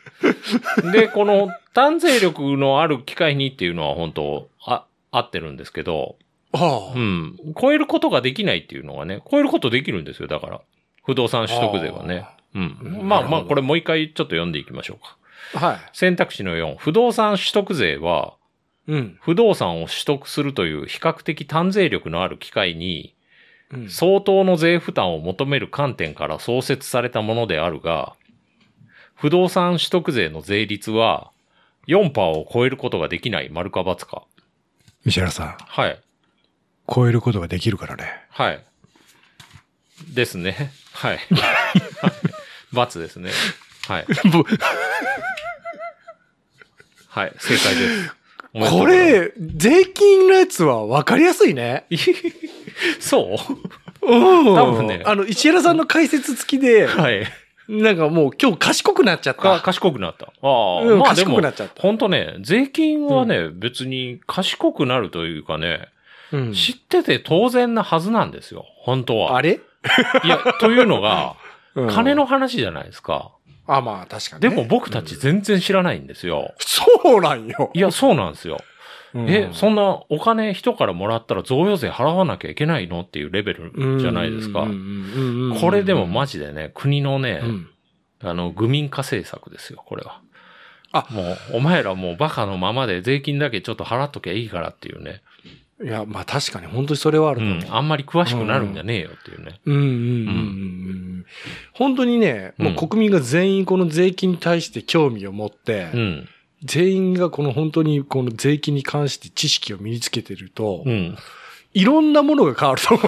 [SPEAKER 3] で、この、単税力のある機会にっていうのは本当、あ、合ってるんですけど、
[SPEAKER 2] あ
[SPEAKER 3] うん。超えることができないっていうのがね、超えることできるんですよ、だから。不動産取得税はね。うん。
[SPEAKER 2] な
[SPEAKER 3] まあ
[SPEAKER 2] るほ
[SPEAKER 3] まあ、
[SPEAKER 2] ど
[SPEAKER 3] これもう一回ちょっと読んでいきましょうか。
[SPEAKER 2] あ。はい。
[SPEAKER 3] 選択肢の4、不動産取得税は、
[SPEAKER 2] うん。
[SPEAKER 3] 不動産を取得するという比較的単税力のある機会に、
[SPEAKER 2] うん
[SPEAKER 3] 相当の税負担を求める観点から創設されたものであるが、不動産取得税の税率は、4%を超えることができない、丸か×か。
[SPEAKER 2] ミシェラさん、
[SPEAKER 3] はい。
[SPEAKER 2] 超えることができるから ね。
[SPEAKER 3] はい。ですね。はい。×ですね。はい。はい。正解です。おめでと
[SPEAKER 2] こ
[SPEAKER 3] うございま
[SPEAKER 2] れ、税金のやつは分かりやすいね。
[SPEAKER 3] す、 そう
[SPEAKER 2] うん。
[SPEAKER 3] 多分ね
[SPEAKER 2] あの、石原さんの解説付きで、
[SPEAKER 3] はい。
[SPEAKER 2] なんかもう今日賢くなっちゃっ
[SPEAKER 3] か、
[SPEAKER 2] た。
[SPEAKER 3] 賢くなった。ああ、
[SPEAKER 2] うん、
[SPEAKER 3] まあで
[SPEAKER 2] 賢
[SPEAKER 3] も
[SPEAKER 2] くな、っちゃった。
[SPEAKER 3] 本当ね、税金はね、別に賢くなるというかね、
[SPEAKER 2] うん
[SPEAKER 3] 知ってて当然なはずなんですよ。本当は。
[SPEAKER 2] あれ、
[SPEAKER 3] いや、というのが、
[SPEAKER 2] うん
[SPEAKER 3] 金。の話じゃないですか。
[SPEAKER 2] あ、まあ確かに、
[SPEAKER 3] で
[SPEAKER 2] ね。
[SPEAKER 3] も、僕たち全然知らないんですよ。
[SPEAKER 2] そうなんよ。
[SPEAKER 3] いや、そうなんですよ。え、
[SPEAKER 2] うん
[SPEAKER 3] そんなお金人からもらったら贈与税払わなきゃいけないのっていうレベルじゃないですか
[SPEAKER 2] うんう。んうんうん
[SPEAKER 3] これでもマジでね、国のね、
[SPEAKER 2] うん
[SPEAKER 3] あの、愚民化政策ですよ、これは。
[SPEAKER 2] あ
[SPEAKER 3] もう、お前らもうバカのままで税金だけちょっと払っときゃいいからっていうね。
[SPEAKER 2] いや、まあ確かに本当にそれはある
[SPEAKER 3] う
[SPEAKER 2] と思う。
[SPEAKER 3] ん。あんまり詳しくなるんじゃねえよっていうね。
[SPEAKER 2] うんうんうんうんうん本当にね、もう国民が全員この税金に対して興味を持って、
[SPEAKER 3] うん。
[SPEAKER 2] 全員がこの本当にこの税金に関して知識を身につけてると、
[SPEAKER 3] うん。
[SPEAKER 2] いろんなものが変わると思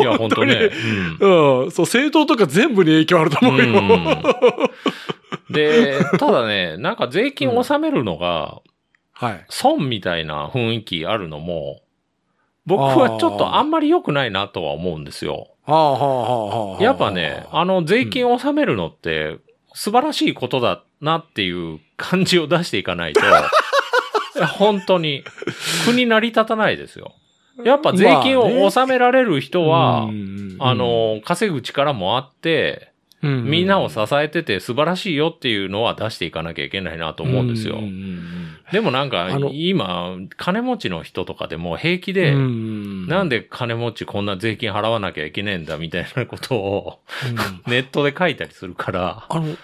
[SPEAKER 3] いや、本当ね。
[SPEAKER 2] う。うん。そう、政党とか全部に影響あると
[SPEAKER 3] う
[SPEAKER 2] 思
[SPEAKER 3] ん。
[SPEAKER 2] うよ。
[SPEAKER 3] うんで、ただね、なんか税金納めるのが、
[SPEAKER 2] はい。
[SPEAKER 3] 損みたいな雰囲気あるのも、僕はちょっとあんまり良くないなとは思うんですよ。
[SPEAKER 2] はあはあはあはあ。
[SPEAKER 3] やっぱね、あの、税金を納めるのって、素晴らしいことだなっていう感じを出していか ないと、いや本当に、国成り立たないですよ。やっぱ税金
[SPEAKER 2] まあね
[SPEAKER 3] を納められる人は、
[SPEAKER 2] うん
[SPEAKER 3] あ、の、稼ぐ力もあって、
[SPEAKER 2] うん
[SPEAKER 3] みんなを支えてて素晴らしいよっていうのは出していかなきゃいけないなと思うんですよ。でもなんか
[SPEAKER 2] あの、
[SPEAKER 3] 今、金持ちの人とかでも平気で、な
[SPEAKER 2] なんで、
[SPEAKER 3] で金持ちこんな税金払わなきゃいけねえんだみたいなこと を
[SPEAKER 2] うん
[SPEAKER 3] ネットで書いたりするから。
[SPEAKER 2] あの、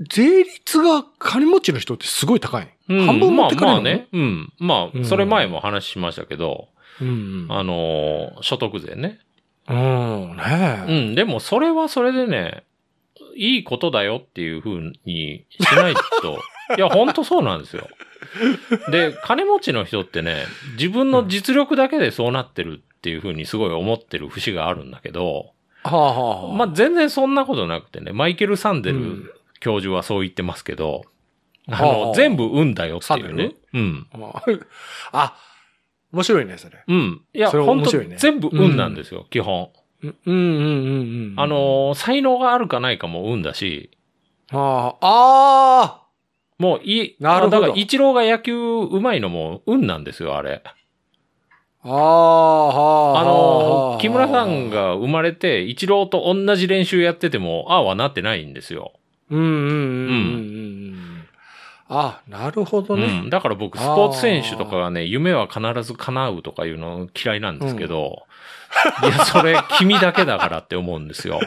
[SPEAKER 2] 税率が金持ちの人ってすごい高い。
[SPEAKER 3] うん
[SPEAKER 2] 半分持ってかれるの
[SPEAKER 3] まあまあね。うん。ま
[SPEAKER 2] う
[SPEAKER 3] あ、
[SPEAKER 2] ん
[SPEAKER 3] それ前も話しましたけど、
[SPEAKER 2] うん
[SPEAKER 3] あのー、所得税ね。
[SPEAKER 2] うん、ね
[SPEAKER 3] う
[SPEAKER 2] え。
[SPEAKER 3] ん。でもそれはそれでね、いいことだよっていうふうにしないと。 いや、ほんとそうなんですよ。で、金持ちの人ってね、自分の実力だけでそうなってるっていうふうにすごい思ってる節があるんだけど、
[SPEAKER 2] はあはあはあ
[SPEAKER 3] まあ、全然そんなことなくてね、マイケル・サンデ
[SPEAKER 2] う
[SPEAKER 3] ル
[SPEAKER 2] ん
[SPEAKER 3] 教授はそう言ってますけど、
[SPEAKER 2] は
[SPEAKER 3] あの、
[SPEAKER 2] あ
[SPEAKER 3] 全部運だよっていう
[SPEAKER 2] サンデ
[SPEAKER 3] ね
[SPEAKER 2] ル。
[SPEAKER 3] うん。
[SPEAKER 2] あ あ、面白いね、それ。
[SPEAKER 3] うん。いや、
[SPEAKER 2] それ
[SPEAKER 3] 本
[SPEAKER 2] 面
[SPEAKER 3] 当
[SPEAKER 2] 白いね
[SPEAKER 3] 全部運なんですよ、基本。
[SPEAKER 2] うんうんうんうん。
[SPEAKER 3] あ、のー、才能があるかないかも運だし、
[SPEAKER 2] ああ、
[SPEAKER 3] もうい、
[SPEAKER 2] なるほど
[SPEAKER 3] あだから、イチローが野球上手いのも運なんですよ、あれ。
[SPEAKER 2] ああ、ああ、はあ。は
[SPEAKER 3] あの
[SPEAKER 2] あ
[SPEAKER 3] ー、木村さん、が生まれて、イチローと同じ練習やってても、ああはなってないんですよ。
[SPEAKER 2] うんうんうんうんうんうん。あ、なるほど
[SPEAKER 3] う
[SPEAKER 2] ね
[SPEAKER 3] ん。。だから僕、スポーツ選手とかがね、夢は必ず叶うとかいうの嫌いなんですけど、いや、それ、君だけだからって思うんですよ。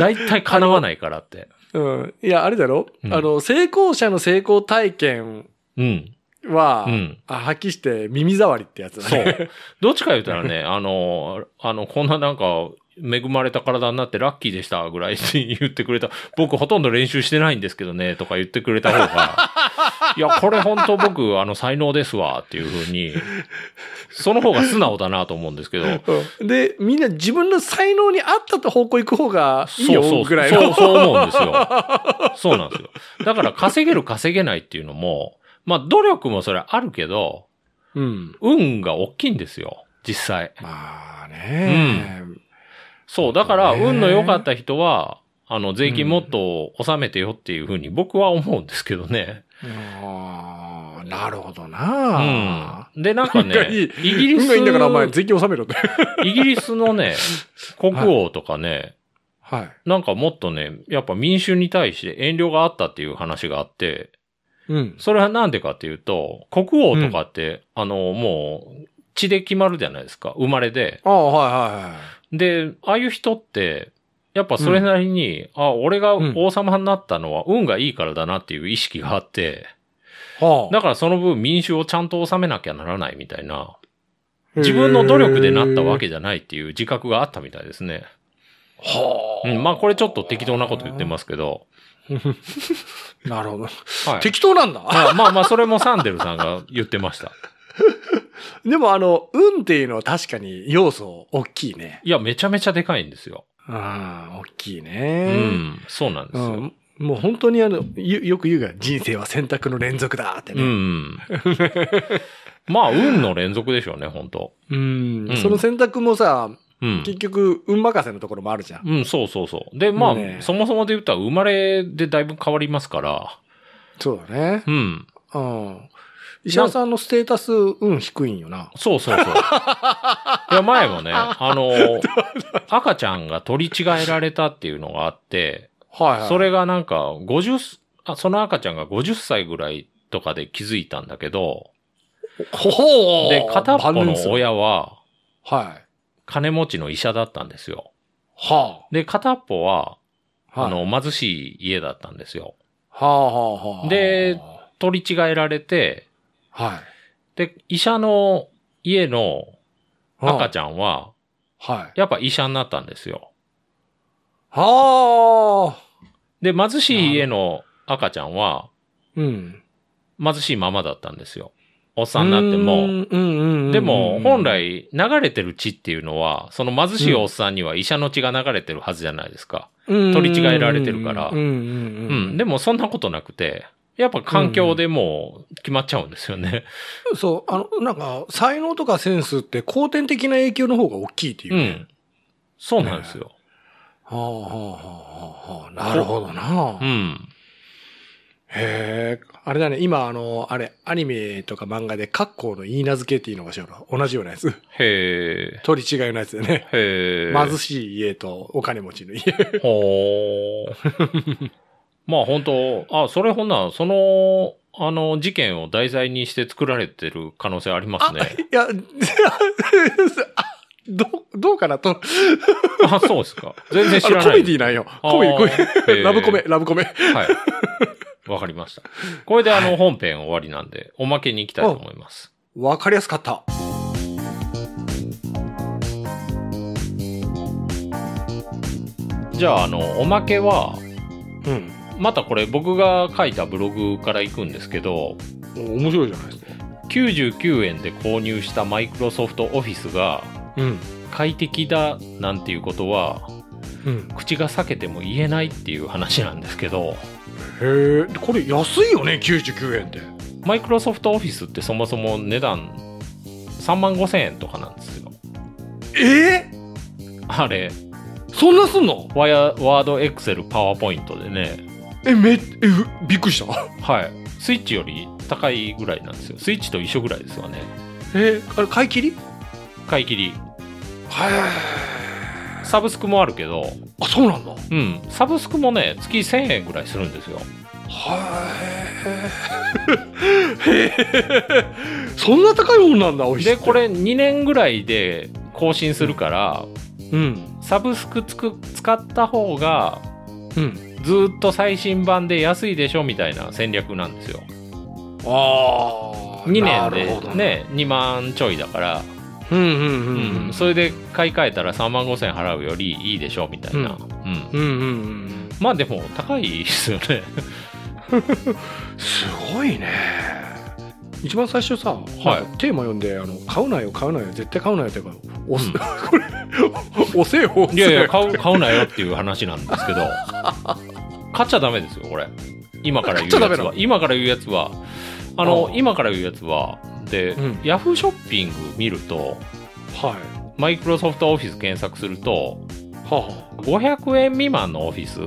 [SPEAKER 3] 大体叶わないからって。
[SPEAKER 2] うん。いや、あれだろ
[SPEAKER 3] うん
[SPEAKER 2] あの、成功者の成功体験
[SPEAKER 3] うん。
[SPEAKER 2] は
[SPEAKER 3] う、ん。
[SPEAKER 2] あ破棄して耳障りってやつだ
[SPEAKER 3] そ
[SPEAKER 2] ね。
[SPEAKER 3] う。どっちか言うたらね、 あの、あの、こんななんか、恵まれた体になってラッキーでしたぐらいに言ってくれた。僕ほとんど練習してないんですけどね、とか言ってくれた方 が、いや、これ本当僕、あの、才能ですわ、っていうふうに、その方が素直だなと思うんですけど、
[SPEAKER 2] うんで、みんな自分の才能に合ったと方向行く方がいい
[SPEAKER 3] そうそ
[SPEAKER 2] よ、
[SPEAKER 3] う、
[SPEAKER 2] ぐらい
[SPEAKER 3] そう、
[SPEAKER 2] の。
[SPEAKER 3] そう思うんですよ。そうなんですよ。だから稼げる稼げないっていうのも、まあ努力もそれあるけど、
[SPEAKER 2] うん。
[SPEAKER 3] 運が大きいんですよ、実際。
[SPEAKER 2] まあね。
[SPEAKER 3] そう、だから、
[SPEAKER 2] ね
[SPEAKER 3] 運の良かった人は、あの、税金もっと納めてよっていうふうに僕は思うんですけどね。
[SPEAKER 2] あーなるほど
[SPEAKER 3] う
[SPEAKER 2] な。
[SPEAKER 3] ん。で、なんか
[SPEAKER 2] 運が
[SPEAKER 3] ね、
[SPEAKER 2] いい
[SPEAKER 3] イギリ
[SPEAKER 2] 運
[SPEAKER 3] ス、
[SPEAKER 2] がいいんだからお前税金納めろって。
[SPEAKER 3] イギリスのね、国王とかね、
[SPEAKER 2] はい。
[SPEAKER 3] なんかもっとね、やっぱ民衆に対して遠慮があったっていう話があって、
[SPEAKER 2] うん。
[SPEAKER 3] それはなんでかっていうと、国王とかって、あの、もう、血で決まるじゃないですか、生まれで。
[SPEAKER 2] ああ、はいはいはい。
[SPEAKER 3] で、ああいう人って、やっぱそれなりに、あ、俺が王様になったのは運がいいからだなっていう意識があって、
[SPEAKER 2] はあ
[SPEAKER 3] だからその分民衆をちゃんと治めなきゃならないみたいな、自分の努力でなったわけじゃないっていう自覚があったみたいですね。
[SPEAKER 2] は
[SPEAKER 3] うん、まあこれちょっと適当なこと言ってますけど、
[SPEAKER 2] あ。なるほど。
[SPEAKER 3] はい。
[SPEAKER 2] 適当なんだ。
[SPEAKER 3] まあまあまあそれもサンデルさんが言ってました。
[SPEAKER 2] でもあの、運っていうのは確かに要素大きいね。
[SPEAKER 3] いや、めちゃめちゃでかいんですよ。
[SPEAKER 2] うん、大きいうね。
[SPEAKER 3] ん、そうなんです
[SPEAKER 2] う
[SPEAKER 3] よ。
[SPEAKER 2] ん。もう本当にあの、よよく言うが、人生は選択の連続だって
[SPEAKER 3] う
[SPEAKER 2] ね。
[SPEAKER 3] ん。まあ運の連続でしょうね、本当
[SPEAKER 2] うん
[SPEAKER 3] うん
[SPEAKER 2] その選択もさ、
[SPEAKER 3] うん。
[SPEAKER 2] 結局、運任せのところもあるじゃん。
[SPEAKER 3] うん、そうそうそう。で、まあ、
[SPEAKER 2] ねえ
[SPEAKER 3] そもそもで言ったら生まれでだいぶ変わりますから、
[SPEAKER 2] そうだね。
[SPEAKER 3] うん。
[SPEAKER 2] うん。石原さんのステータス、運低いんよな。
[SPEAKER 3] そうそ うそう。いや、前もね、あの、赤ちゃんが取り違えられたっていうのがあって、
[SPEAKER 2] はい、はい。
[SPEAKER 3] それがなんか、50、あその赤ちゃんが50歳ぐらいとかで気づいたんだけど、
[SPEAKER 2] ほほー
[SPEAKER 3] で、片っぽ
[SPEAKER 2] 万
[SPEAKER 3] の
[SPEAKER 2] 年数
[SPEAKER 3] 親は
[SPEAKER 2] はい。
[SPEAKER 3] 金持ちの医者だったんですよ。
[SPEAKER 2] は
[SPEAKER 3] で、片っぽは、
[SPEAKER 2] あ。
[SPEAKER 3] あ
[SPEAKER 2] はい、
[SPEAKER 3] の、貧しい家だったんですよ。
[SPEAKER 2] はあ、はあ、はあ。
[SPEAKER 3] で、取り違えられて、
[SPEAKER 2] はい。
[SPEAKER 3] で、医者の家の赤
[SPEAKER 2] ち
[SPEAKER 3] ちゃんは、
[SPEAKER 2] ゃん。はい。
[SPEAKER 3] やっぱ医者になったんですよ。
[SPEAKER 2] はあ。
[SPEAKER 3] で、貧しい家の赤ちゃんは、
[SPEAKER 2] うん。
[SPEAKER 3] 貧しいままだったんですよ。おっさんになっても。
[SPEAKER 2] うん、うんうん、うん。
[SPEAKER 3] でも、本、来、流れてる血っていうのは、その貧しいおっさんには医者の血が流れてるはずじゃないですか。取り違えられてるから
[SPEAKER 2] うん、うん、
[SPEAKER 3] う
[SPEAKER 2] うん
[SPEAKER 3] ん。。でも、そんなことなくて、やっぱ環境でもう決まっちゃうんですよね。
[SPEAKER 2] そう、あの、なんか、才能とかセンスって、後天的な影響の方が大きいっていう
[SPEAKER 3] う
[SPEAKER 2] ね。
[SPEAKER 3] ん。そうなんですよ。
[SPEAKER 2] はあはあはあはあはあ。なるほどな。
[SPEAKER 3] うん。
[SPEAKER 2] へえ、あれだね、今あの、あれ、アニメとか漫画で、格好の言い名付けっていうのがしような。同じようなやつ。
[SPEAKER 3] へ
[SPEAKER 2] 取り違いのやつでね。
[SPEAKER 3] え。へえ。
[SPEAKER 2] 貧しい家とお金持ちの 家。
[SPEAKER 3] ほ ーまあ本当あ、それほんならその、あの、事件を題材にして作られてる可能性ありますね。
[SPEAKER 2] いや、 あどう、どうかなと。
[SPEAKER 3] あそうですか。全然知
[SPEAKER 2] あの
[SPEAKER 3] らない。
[SPEAKER 2] コメディなんよ。コメディ、コメデ
[SPEAKER 3] デ
[SPEAKER 2] ィ。ラブコメ、。ラブコメ。
[SPEAKER 3] はい。わかりました。これであの、本編終わりなんで、おまけに行きたいと思います。
[SPEAKER 2] わかりやすかった。
[SPEAKER 3] じゃあ、あの、おまけは、
[SPEAKER 2] うん。
[SPEAKER 3] またこれ僕が書いたブログから行くんですけど、
[SPEAKER 2] お面白いじゃないですか。
[SPEAKER 3] 99円で購入したマイクロソフトオフィスが
[SPEAKER 2] うん。
[SPEAKER 3] 快適だなんていうことは、
[SPEAKER 2] うん。
[SPEAKER 3] 口が裂けても言えないっていう話なんですけど、
[SPEAKER 2] へえ、これ安いよね、99円って。
[SPEAKER 3] マイクロソフトオフィスってそもそも値段3万5千円とかなんですよ。
[SPEAKER 2] ええ
[SPEAKER 3] あれ、
[SPEAKER 2] そんなすんの
[SPEAKER 3] ワイヤワード、エクセル、パワーポイントでね、
[SPEAKER 2] え、め、え、うびっくりした。
[SPEAKER 3] はい。スイッチより高いぐらいなんですよ。スイッチと一緒ぐらいですよね。
[SPEAKER 2] えあれ、買い切り
[SPEAKER 3] 買い切り。
[SPEAKER 2] はい。
[SPEAKER 3] サブスクもあるけど、
[SPEAKER 2] あ、そうなんだ。
[SPEAKER 3] うん。サブスクもね、月1000円ぐらいするんですよ。
[SPEAKER 2] はい。へえ。そんな高いもんなんだ、おいしい。
[SPEAKER 3] で、こ。れ2年ぐらいで更新するから、
[SPEAKER 2] うん。
[SPEAKER 3] サブスクつく使った方が
[SPEAKER 2] うん。
[SPEAKER 3] ずーっと最新版で安いでしょみたいな戦略なんですよ。
[SPEAKER 2] ああ。
[SPEAKER 3] 2
[SPEAKER 2] な
[SPEAKER 3] 年
[SPEAKER 2] るほど
[SPEAKER 3] でね、2万ちょいだから、
[SPEAKER 2] うんうんう
[SPEAKER 3] うん
[SPEAKER 2] うん
[SPEAKER 3] ん。それで買い替えたら3万5千円払うよりいいでしょみたいな。
[SPEAKER 2] う
[SPEAKER 3] うん。
[SPEAKER 2] うんうんうん。
[SPEAKER 3] まあでも高いですよ ね。
[SPEAKER 2] すごいね。一番最初さ、なんかテーマ読んであの買うなよ買うなよ絶対買うなよってかおす、
[SPEAKER 3] うん
[SPEAKER 2] これおせえ方
[SPEAKER 3] いやいや、買う、買うなよっていう話なんですけど、買っちゃダメですよ、これ。今から言う
[SPEAKER 2] 買っちゃダ
[SPEAKER 3] やつ
[SPEAKER 2] メな
[SPEAKER 3] は。今から言うやつは、あの
[SPEAKER 2] あ、ー
[SPEAKER 3] 今から言うやつは、で、
[SPEAKER 2] うん
[SPEAKER 3] ヤフーショッピング見ると、
[SPEAKER 2] はい
[SPEAKER 3] マイクロソフトオフィス検索すると、
[SPEAKER 2] は
[SPEAKER 3] 500円未満のオフィス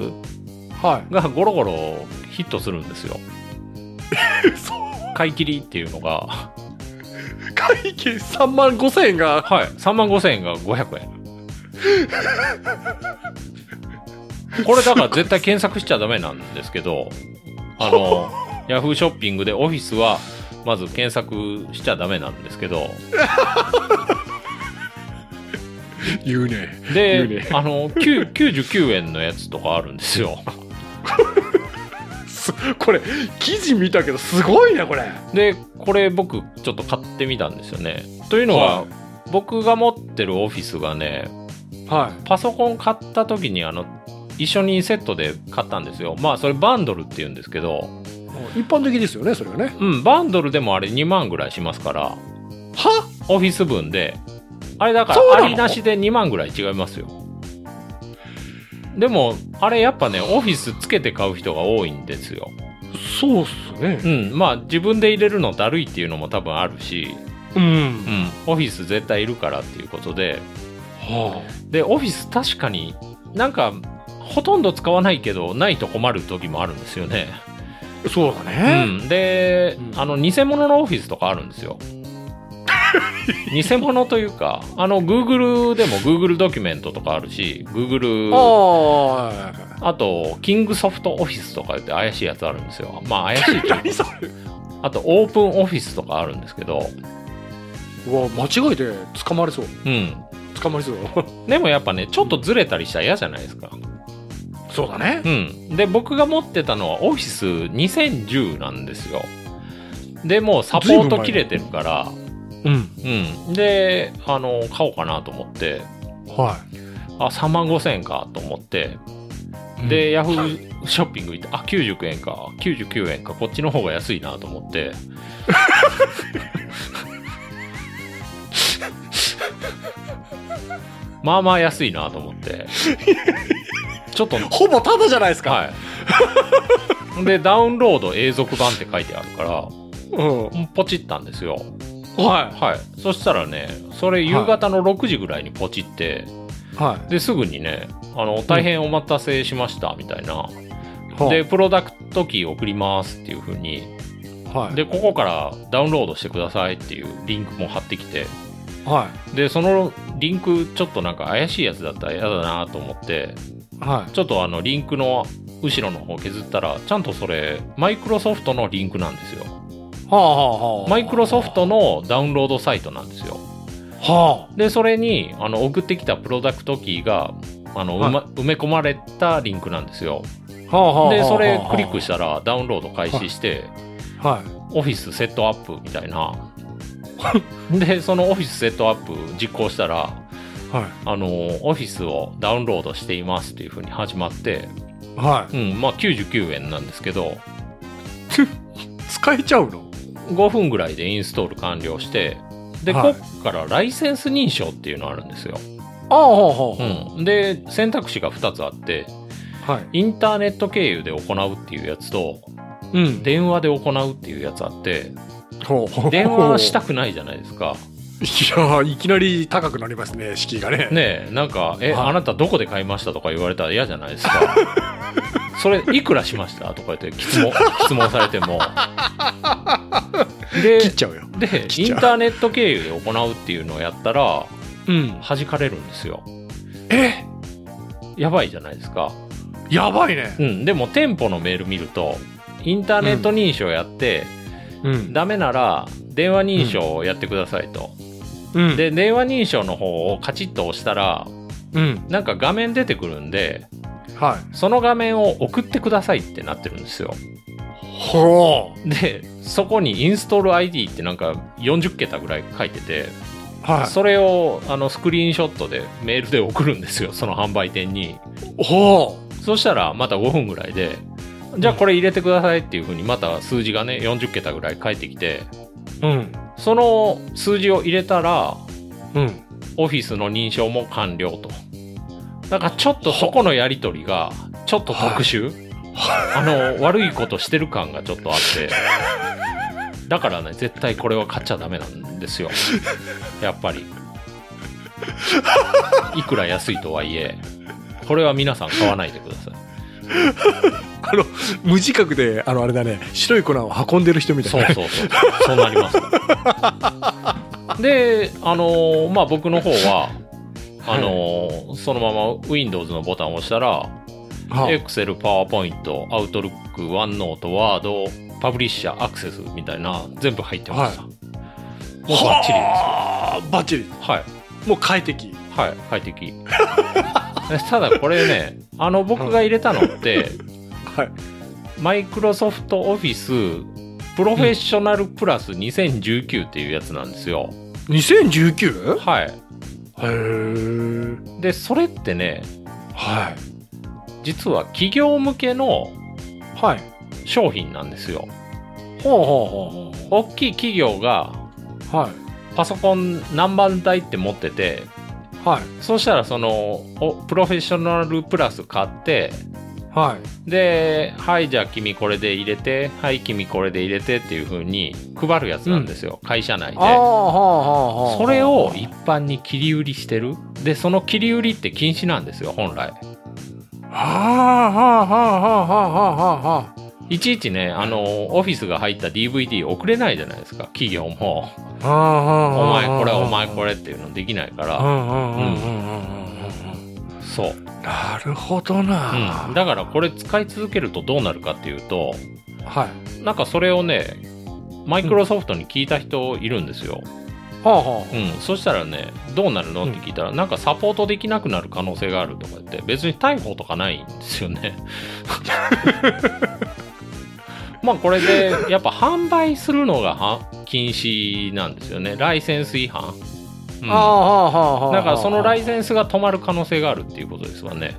[SPEAKER 2] あ、は
[SPEAKER 3] がゴロゴロヒットするんですよ。
[SPEAKER 2] いそう
[SPEAKER 3] 買い切りっていうのが、
[SPEAKER 2] 会計3万5千円が
[SPEAKER 3] はい、3万5千円が500円。これだから絶対検索しちゃダメなんですけど、あの、ヤフーショッピングでオフィスは、まず検索しちゃダメなんですけど、
[SPEAKER 2] 言うね
[SPEAKER 3] で、
[SPEAKER 2] 言うね
[SPEAKER 3] あの、9 99円のやつとかあるんですよ。
[SPEAKER 2] すこれ記事見たけどすごいねこれ
[SPEAKER 3] で、これ僕ちょっと買ってみたんですよね。というのは、
[SPEAKER 2] は
[SPEAKER 3] 僕が持ってるオフィスがね、
[SPEAKER 2] は
[SPEAKER 3] パソコン買った時にあの一緒にセットで買ったんですよまあそれバンドルって言うんですけど
[SPEAKER 2] い一般的ですよねそれはね
[SPEAKER 3] うんバンドルでもあれ2万ぐらいしますから
[SPEAKER 2] は
[SPEAKER 3] オフィス分であれだか
[SPEAKER 2] そうな
[SPEAKER 3] ら
[SPEAKER 2] の
[SPEAKER 3] ありなしで2万ぐらい違いますよでもあれやっぱねオフィスつけて買う人が多いんですよ
[SPEAKER 2] そうっす
[SPEAKER 3] う
[SPEAKER 2] ね
[SPEAKER 3] んまあ自分で入れるのだるいっていうのも多分あるし
[SPEAKER 2] うん、
[SPEAKER 3] うんオフィス絶対いるからっていうことで
[SPEAKER 2] は
[SPEAKER 3] でオフィス確かになんかほとんど使わないけどないと困る時もあるんですよね、
[SPEAKER 2] あそうだ
[SPEAKER 3] う
[SPEAKER 2] ね、
[SPEAKER 3] ん、で、
[SPEAKER 2] うん
[SPEAKER 3] あの偽物のオフィスとかあるんで すよ偽物というかあの Google でも Google ドキュメントとかあるし Google
[SPEAKER 2] ああ
[SPEAKER 3] あとキングソフトオフィスとか言って怪しいやつあるんですよまあ 怪しいというか
[SPEAKER 2] 何それ
[SPEAKER 3] あとオープンオフィスとかあるんですけど
[SPEAKER 2] うわ間違えて捕まりそう
[SPEAKER 3] うん
[SPEAKER 2] 捕まりそう
[SPEAKER 3] でもやっぱねちょっとずれたりしたら嫌じゃないですか
[SPEAKER 2] そうだね
[SPEAKER 3] うん、で僕が持ってたのはオフィス2010なんですよでもうサポート切れてるから、
[SPEAKER 2] うん
[SPEAKER 3] うん、であの買おうかなと思って
[SPEAKER 2] は
[SPEAKER 3] あ3万5000円かと思って
[SPEAKER 2] い
[SPEAKER 3] で、ヤフーショッピング行ってあ99円か99円かこっちの方が安いなと思って まあまあ安いなと思ってちょっと
[SPEAKER 2] ほぼタダじゃないですか、
[SPEAKER 3] はい。で、ダウンロード永続版って書いてあるから、
[SPEAKER 2] うん
[SPEAKER 3] ポチったんですよ。
[SPEAKER 2] は
[SPEAKER 3] はい。そしたらね、それ夕方の6時ぐらいにポチって、
[SPEAKER 2] いは
[SPEAKER 3] で、すぐにね、あの、大変お待たせしました、みたいな、
[SPEAKER 2] はあ
[SPEAKER 3] で、プロダクトキー送りますっていう風に、
[SPEAKER 2] はい。
[SPEAKER 3] で、ここからダウンロードしてくださいっていうリンクも貼ってきて、
[SPEAKER 2] は
[SPEAKER 3] で、そのリンクちょっとなんか怪しいやつだったら嫌だなと思って、
[SPEAKER 2] い。はい。
[SPEAKER 3] ちょっとあのリンクの後ろの方削ったら、ちゃんとそれ、マイクロソフトのリンクなんですよ。
[SPEAKER 2] はあ、はあ、はあ。
[SPEAKER 3] マイクロソフトのダウンロードサイトなんですよ。
[SPEAKER 2] は
[SPEAKER 3] で、それにあの送ってきたプロダクトキーが、あの、うま埋め込まれたリンクなんですよ。
[SPEAKER 2] あ。はあ、はあ。
[SPEAKER 3] で、それクリック
[SPEAKER 2] し
[SPEAKER 3] したらダウンロード開始して、
[SPEAKER 2] た。はい。
[SPEAKER 3] オフィスセットアップみたいな。 で、そのオフィスセットアップ実行したら、
[SPEAKER 2] はい。
[SPEAKER 3] あの、オフィスをダウンロードしていますっていう風に始まって、
[SPEAKER 2] は
[SPEAKER 3] うん、まあ99円なんですけど、
[SPEAKER 2] い。 使えちゃうの
[SPEAKER 3] 5分ぐらいでインストール完了して、で、
[SPEAKER 2] はい
[SPEAKER 3] こっからライセンス認証っていうのあるんですよ。
[SPEAKER 2] ああ、はあ、は
[SPEAKER 3] うん。で、選択肢が2つあって、
[SPEAKER 2] あ。はい。
[SPEAKER 3] インターネット経由で行うっていうやつと、
[SPEAKER 2] うん。
[SPEAKER 3] 電話で行うっていうやつあ って、
[SPEAKER 2] ほうほう
[SPEAKER 3] 電話したくないじゃないですか。
[SPEAKER 2] いやーいきなり高くなりますね、敷居がね。
[SPEAKER 3] ねえ、なんか、え、
[SPEAKER 2] はい
[SPEAKER 3] あなたどこで買いましたとか言われたら嫌じゃないですか。 それ、いくらしましたとか言って質問、 質問されても。で、
[SPEAKER 2] 切っちゃうよ。
[SPEAKER 3] で、
[SPEAKER 2] 切っ
[SPEAKER 3] イ
[SPEAKER 2] ち
[SPEAKER 3] ン
[SPEAKER 2] ゃう
[SPEAKER 3] ターネット経由で行うっていうのをやったら、
[SPEAKER 2] うん。
[SPEAKER 3] 弾かれるんですよ。
[SPEAKER 2] え
[SPEAKER 3] やばいじゃないですか。
[SPEAKER 2] やばいね
[SPEAKER 3] う。ん、でも店舗のメール見ると、インターネット認証やって、
[SPEAKER 2] うん。
[SPEAKER 3] ダメなら電話認証をやってくださいと。
[SPEAKER 2] うん。
[SPEAKER 3] で、電話認証の方をカチッと押したら、
[SPEAKER 2] うん。
[SPEAKER 3] なんか画面出てくるんで、
[SPEAKER 2] は
[SPEAKER 3] その画面を送ってくださいってなってるんですよ。
[SPEAKER 2] い。ほ
[SPEAKER 3] で、そこにインストール ID ってなんか40桁ぐらい書いてて、
[SPEAKER 2] う。は
[SPEAKER 3] それをあのスクリーンショットでメールで送るんですよ、その販売店に。
[SPEAKER 2] い。ほ
[SPEAKER 3] そしたらまた5分ぐらいで、じゃあこれ入れてくださいっていうふうにまた数字がね、40桁ぐらい返ってきて、
[SPEAKER 2] う。うん。
[SPEAKER 3] その数字を入れたら、
[SPEAKER 2] うん。
[SPEAKER 3] オフィスの認証も完了と。だからちょっとそこのやりとりが、ちょっと特殊、あの、悪いことしてる感がちょっとあって。だからね、絶対これは買っちゃダメなんですよ。やっぱり。いくら安いとはいえ、これは皆さん買わないでください。
[SPEAKER 2] あの、無自覚で、あの、あれだね、白い粉を運んでる人みたい
[SPEAKER 3] そう
[SPEAKER 2] な。
[SPEAKER 3] そうそう。そうなりますから。で、あのーまあ、僕の方は、あのーそのまま Windows のボタンを押したら、
[SPEAKER 2] はい。
[SPEAKER 3] Excel、PowerPoint、Outlook、OneNote、Word、パブリッシャー、アクセスみたいな、全部入ってました。もうバッチリです。
[SPEAKER 2] はあバッチリ。
[SPEAKER 3] はい。
[SPEAKER 2] もう快適。
[SPEAKER 3] はい。快適。 ただこれね、あの、僕が入れたのって、
[SPEAKER 2] はい。
[SPEAKER 3] マイクロソフトオフィスプロフェッショナルプラス2019っていうやつなんですよ。
[SPEAKER 2] 2019? へ
[SPEAKER 3] はい。
[SPEAKER 2] え。
[SPEAKER 3] で、それってね、
[SPEAKER 2] はい。
[SPEAKER 3] 実は企業向けの
[SPEAKER 2] はい。
[SPEAKER 3] 商品なんですよ。
[SPEAKER 2] ほうほうほうほ
[SPEAKER 3] 大きい企業が
[SPEAKER 2] う。はい。
[SPEAKER 3] パソコン何番台って持ってて、
[SPEAKER 2] はい。
[SPEAKER 3] そうしたらそのおプロフェッショナルプラス買って、
[SPEAKER 2] はい。
[SPEAKER 3] で、はい、じゃあ君これで入れて、はい、君これで入れてっていう風に配るやつなんですよ。会社内で。
[SPEAKER 2] ああ、はあ、はあ。
[SPEAKER 3] それを一般に切り売りしてるでその切り売りって禁止なんですよ本来
[SPEAKER 2] はあはあはあはあはあはあはい
[SPEAKER 3] ちいちねあのオフィスが入った DVD 送れないじゃないですか企業も
[SPEAKER 2] あはあはあ
[SPEAKER 3] お
[SPEAKER 2] はあ
[SPEAKER 3] 前これお前これっていうのできないか
[SPEAKER 2] う
[SPEAKER 3] ら
[SPEAKER 2] んうんうんうんうんうん
[SPEAKER 3] そう、うん、
[SPEAKER 2] うんなるほどな、
[SPEAKER 3] だからこれ使い続けるとどうなるかっていうと
[SPEAKER 2] はい
[SPEAKER 3] なんかそれをねマイクロソフトに聞いた人いるんですよ、
[SPEAKER 2] はあは
[SPEAKER 3] うんそしたらねどうなるのって聞いたら、なんかサポートできなくなる可能性があるとか言って別に逮捕とかないんですよ ねまあこれでやっぱ販売するのがは禁止なんですよねライセンス違反、うん、
[SPEAKER 2] あ、
[SPEAKER 3] だ
[SPEAKER 2] はあはあはあはあ
[SPEAKER 3] からそのライセンスが止まる可能性があるっていうことですわね、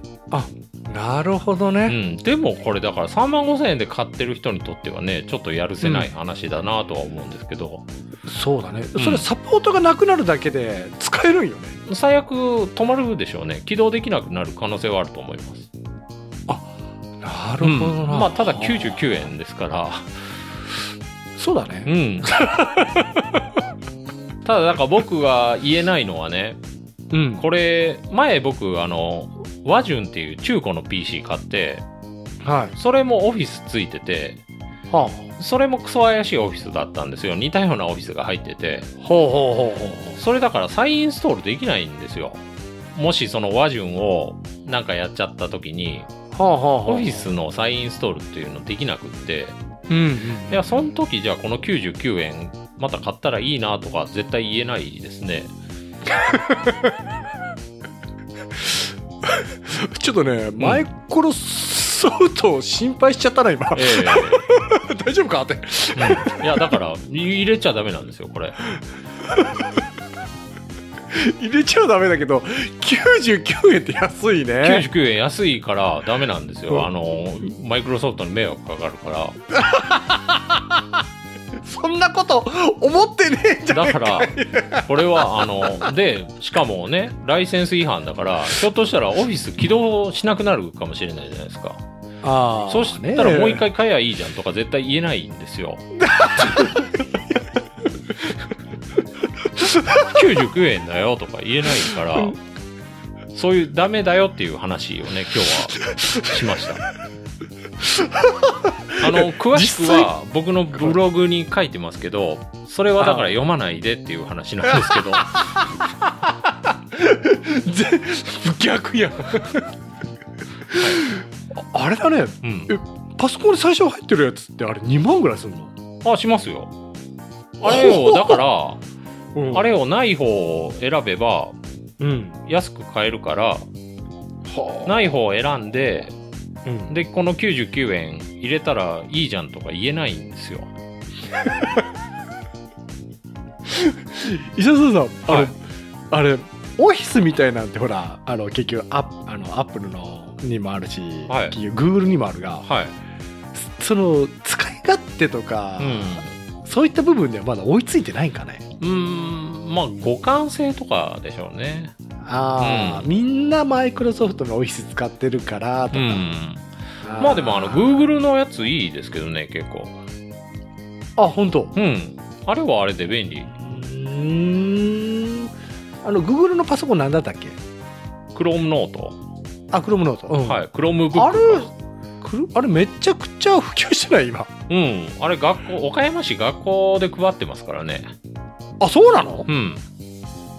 [SPEAKER 2] なるほど
[SPEAKER 3] う
[SPEAKER 2] ね、
[SPEAKER 3] ん、でもこれだから3万5千円で買ってる人にとってはねちょっとやるせない話だなとは思うんですけど、
[SPEAKER 2] そうだね、
[SPEAKER 3] うん
[SPEAKER 2] それサポートがなくなるだけで使えるんよね
[SPEAKER 3] 最悪止まるでしょうね起動できなくなる可能性はあると思います
[SPEAKER 2] なるほどな、
[SPEAKER 3] うんまあただ99円ですから
[SPEAKER 2] そうだね、
[SPEAKER 3] うん ただなんか僕が言えないのはね
[SPEAKER 2] うん
[SPEAKER 3] これ前僕あの和順っていう中古の PC 買って
[SPEAKER 2] はい。
[SPEAKER 3] それもオフィスついてて、
[SPEAKER 2] はあ。
[SPEAKER 3] それもクソ怪しいオフィスだったんですよ。似たようなオフィスが入ってて、
[SPEAKER 2] ほうほうほうほう。
[SPEAKER 3] それだから再インストールできないんですよ。もしその和順をなんかやっちゃった時に、
[SPEAKER 2] はあはあはあ。
[SPEAKER 3] オフィスの再インストールっていうのできなくって、
[SPEAKER 2] うんうん。
[SPEAKER 3] いや、その時じゃあこの99円また買ったらいいなとか絶対言えないですね。
[SPEAKER 2] ちょっとね、マイクロソフトを心配しちゃったな、今。
[SPEAKER 3] え
[SPEAKER 2] 大丈夫かって。
[SPEAKER 3] えうんいや、だから入れちゃダメなんですよ、これ。
[SPEAKER 2] 入れちゃダメだけど、99円って安いね。
[SPEAKER 3] 99円安いからダメなんです
[SPEAKER 2] う
[SPEAKER 3] よ。
[SPEAKER 2] ん
[SPEAKER 3] あの、マイクロソフトに迷惑かかるから。
[SPEAKER 2] そんなこと思ってねえん じゃね
[SPEAKER 3] だから、これは、あの、で、しかもね、ライセンス違反だから、ひょっとしたらオフィス起動しなくなるかもしれないじゃないですか。
[SPEAKER 2] あ
[SPEAKER 3] そしたらもう一。回買えばいいじゃんとか絶対言えないんですよ。99円だよとか言えないから、そういうダメだよっていう話をね、今日はしました。あの、詳しくは僕のブログに書いてますけど、それはだから読まないでっていう話なんですけど、
[SPEAKER 2] ぜ 逆やん。ああれだね、
[SPEAKER 3] うん。
[SPEAKER 2] パソコンに最初入ってるやつってあれ2万ぐらいするの、
[SPEAKER 3] あ、しますよ。あれを、だから、
[SPEAKER 2] うん
[SPEAKER 3] あれをない方を選べば、
[SPEAKER 2] うん。
[SPEAKER 3] 安く買えるから
[SPEAKER 2] は
[SPEAKER 3] ない方を選んで
[SPEAKER 2] あ。うん、
[SPEAKER 3] でこの99円入れたらいいじゃんとか言えないんですよ
[SPEAKER 2] 石田さんさ、あ
[SPEAKER 3] は
[SPEAKER 2] れ、
[SPEAKER 3] い
[SPEAKER 2] あれ、オフィスみたいなんてほら、あの、結局アップ、あの、アップルのにもあるし、
[SPEAKER 3] はい
[SPEAKER 2] 結局 Google にもあるが、
[SPEAKER 3] はい、
[SPEAKER 2] その、使い勝手とか、
[SPEAKER 3] う
[SPEAKER 2] そういった部分ではまだ追いついてないんかね。
[SPEAKER 3] ん、うーんまあ互換性とかでしょうね
[SPEAKER 2] ああ、
[SPEAKER 3] うん
[SPEAKER 2] みんなマイクロソフトのオフィス使ってるからと
[SPEAKER 3] う
[SPEAKER 2] か、
[SPEAKER 3] ん
[SPEAKER 2] ー
[SPEAKER 3] まあでもあの Google のやついいですけどね結構
[SPEAKER 2] あ本当
[SPEAKER 3] うんあれはあれで便利
[SPEAKER 2] うーんあの Google のパソコンなんだったっけ
[SPEAKER 3] Chrome ノート
[SPEAKER 2] あクロムノート、うん
[SPEAKER 3] はい Chrome ブッ
[SPEAKER 2] あ
[SPEAKER 3] ク
[SPEAKER 2] れくるあれめちゃくちゃ普及してない今
[SPEAKER 3] うんあれ学校岡山市学校で配ってますからね
[SPEAKER 2] あそうなの
[SPEAKER 3] うん。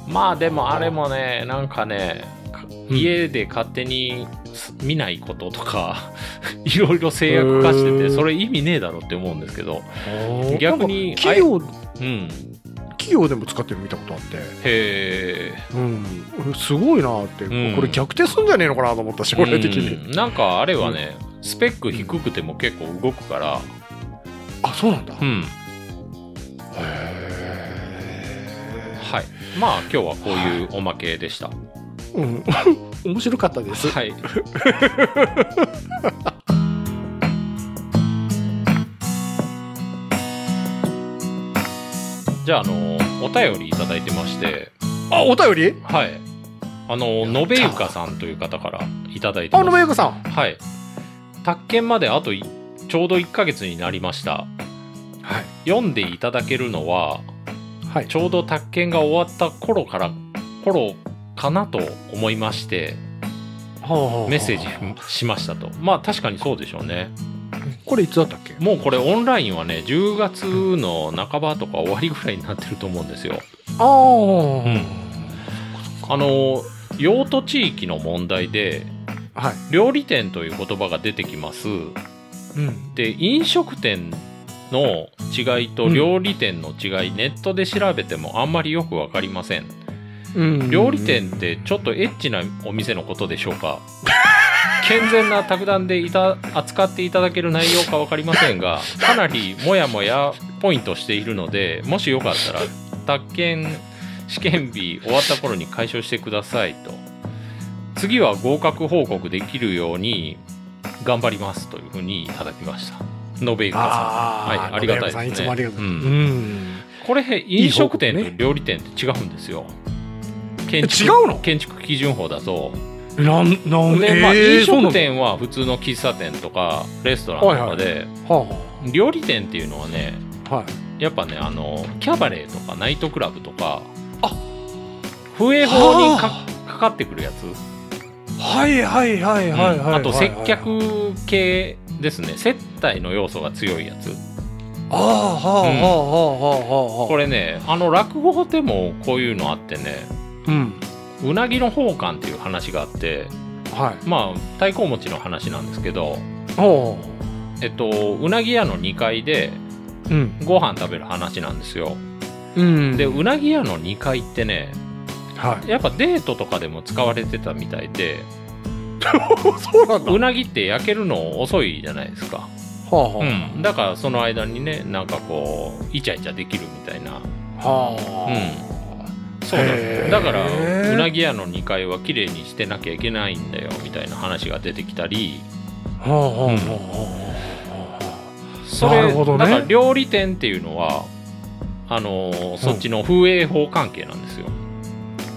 [SPEAKER 3] まあでもあれもね、なんかね、か
[SPEAKER 2] うん
[SPEAKER 3] 家で勝手にす見ないこととか、 いろいろ制約化し
[SPEAKER 2] へ
[SPEAKER 3] てて、
[SPEAKER 2] ー
[SPEAKER 3] それ意味ねえだろって思うんですけど、逆
[SPEAKER 2] 逆
[SPEAKER 3] に
[SPEAKER 2] に企業
[SPEAKER 3] うん。
[SPEAKER 2] 企業でも使ってるの見たことあって、
[SPEAKER 3] へえ。
[SPEAKER 2] うん、すごいなって、
[SPEAKER 3] うん
[SPEAKER 2] これ逆転すんじゃねえのかなと思った将来的に、
[SPEAKER 3] うんなんかあれはね、スペック低くても結構動くから、
[SPEAKER 2] あそうなんだ、
[SPEAKER 3] う
[SPEAKER 2] へ
[SPEAKER 3] ん。
[SPEAKER 2] え
[SPEAKER 3] はい。まあ今日はこういうおまけでした。
[SPEAKER 2] うん、面白かったです。
[SPEAKER 3] はい。 じゃあ、あの、お便りいただいてまして、
[SPEAKER 2] あ、お便り
[SPEAKER 3] はい。あの、のべゆかさんという方からいただいて
[SPEAKER 2] あの
[SPEAKER 3] ま
[SPEAKER 2] め
[SPEAKER 3] す。
[SPEAKER 2] ゆこさん。
[SPEAKER 3] はい。宅建まであといちょうど1ヶ月になりました。
[SPEAKER 2] はい。
[SPEAKER 3] 読んでいただけるのは、
[SPEAKER 2] はい。
[SPEAKER 3] ちょうど宅建が終わった頃から、頃かなと思いまして、メッセージしましたと。まあ確かにそうでしょうね。
[SPEAKER 2] これいつだったっけ
[SPEAKER 3] もうこれオンラインはね、10月の半ばとか終わりぐらいになってると思うんですよ。
[SPEAKER 2] ああ、
[SPEAKER 3] うんあの、用途地域の問題で、
[SPEAKER 2] はい。
[SPEAKER 3] 料理店という言葉が出てきます。
[SPEAKER 2] うん。
[SPEAKER 3] で、飲食店の違いと料理店の違い、ネットで調べてもあんまりよくわかりません。
[SPEAKER 2] うん
[SPEAKER 3] 料理店ってちょっとエッチなお店のことでしょうか 健全な卓談でいた扱っていただける内容か分かりませんがかなりモヤモヤポイントしているのでもしよかったら宅建試験日終わった頃に解消してくださいと次は合格報告できるように頑張りますというふうにいただきました延べゆか
[SPEAKER 2] ああ、
[SPEAKER 3] はいありがたいですね
[SPEAKER 2] のめゆこさんいつもありがとう。
[SPEAKER 3] う
[SPEAKER 2] うんん。
[SPEAKER 3] さんこれ飲食店
[SPEAKER 2] いい報告
[SPEAKER 3] と料理店って違うんですよ
[SPEAKER 2] え
[SPEAKER 3] 建
[SPEAKER 2] 違うの
[SPEAKER 3] 建築基準法だと
[SPEAKER 2] なん、なん、
[SPEAKER 3] で、まあ、
[SPEAKER 2] えー
[SPEAKER 3] 飲
[SPEAKER 2] そうな
[SPEAKER 3] 食
[SPEAKER 2] の
[SPEAKER 3] 店は普通の喫茶店とかレストランとかで、
[SPEAKER 2] は
[SPEAKER 3] 料理店っていうのはね
[SPEAKER 2] あ、はい。
[SPEAKER 3] やっぱねあのキャバレーとかナイトクラブとかあ不衛法にか
[SPEAKER 2] は
[SPEAKER 3] かかってくるやつ
[SPEAKER 2] はいはいはい
[SPEAKER 3] うん
[SPEAKER 2] はいはい。
[SPEAKER 3] あと接。客系ですね接待の要素が強いやつ
[SPEAKER 2] ああ、はあ、はあ、はあ、はあ、はあ。
[SPEAKER 3] これねあの落語でもこういうのあってね
[SPEAKER 2] うん。
[SPEAKER 3] うなぎの奉還っていう話があって
[SPEAKER 2] はい。
[SPEAKER 3] まあ太鼓持ちの話なんですけど
[SPEAKER 2] おう。
[SPEAKER 3] えっとうなぎ屋の2階で
[SPEAKER 2] うん。
[SPEAKER 3] ご飯食べる話なんですよ
[SPEAKER 2] うん
[SPEAKER 3] で、うなぎ屋の2階ってね
[SPEAKER 2] はい。
[SPEAKER 3] やっぱデートとかでも使われてたみたいで
[SPEAKER 2] そうなんだ。
[SPEAKER 3] うなぎって焼けるの遅いじゃないですか
[SPEAKER 2] はあ、は
[SPEAKER 3] うん、だからその間にねなんかこうイチャイチャできるみたいな
[SPEAKER 2] あ。は
[SPEAKER 3] そうなん
[SPEAKER 2] へ
[SPEAKER 3] で
[SPEAKER 2] ー
[SPEAKER 3] すだからうなぎ屋の2階は綺麗にしてなきゃいけないんだよみたいな話が出てきたり
[SPEAKER 2] あ。はあ、はあ、はあ、
[SPEAKER 3] うん
[SPEAKER 2] はあ。
[SPEAKER 3] そ
[SPEAKER 2] な
[SPEAKER 3] れ
[SPEAKER 2] るほどね
[SPEAKER 3] だから料理店っていうのはあのーそっちの風営法関係なんですよ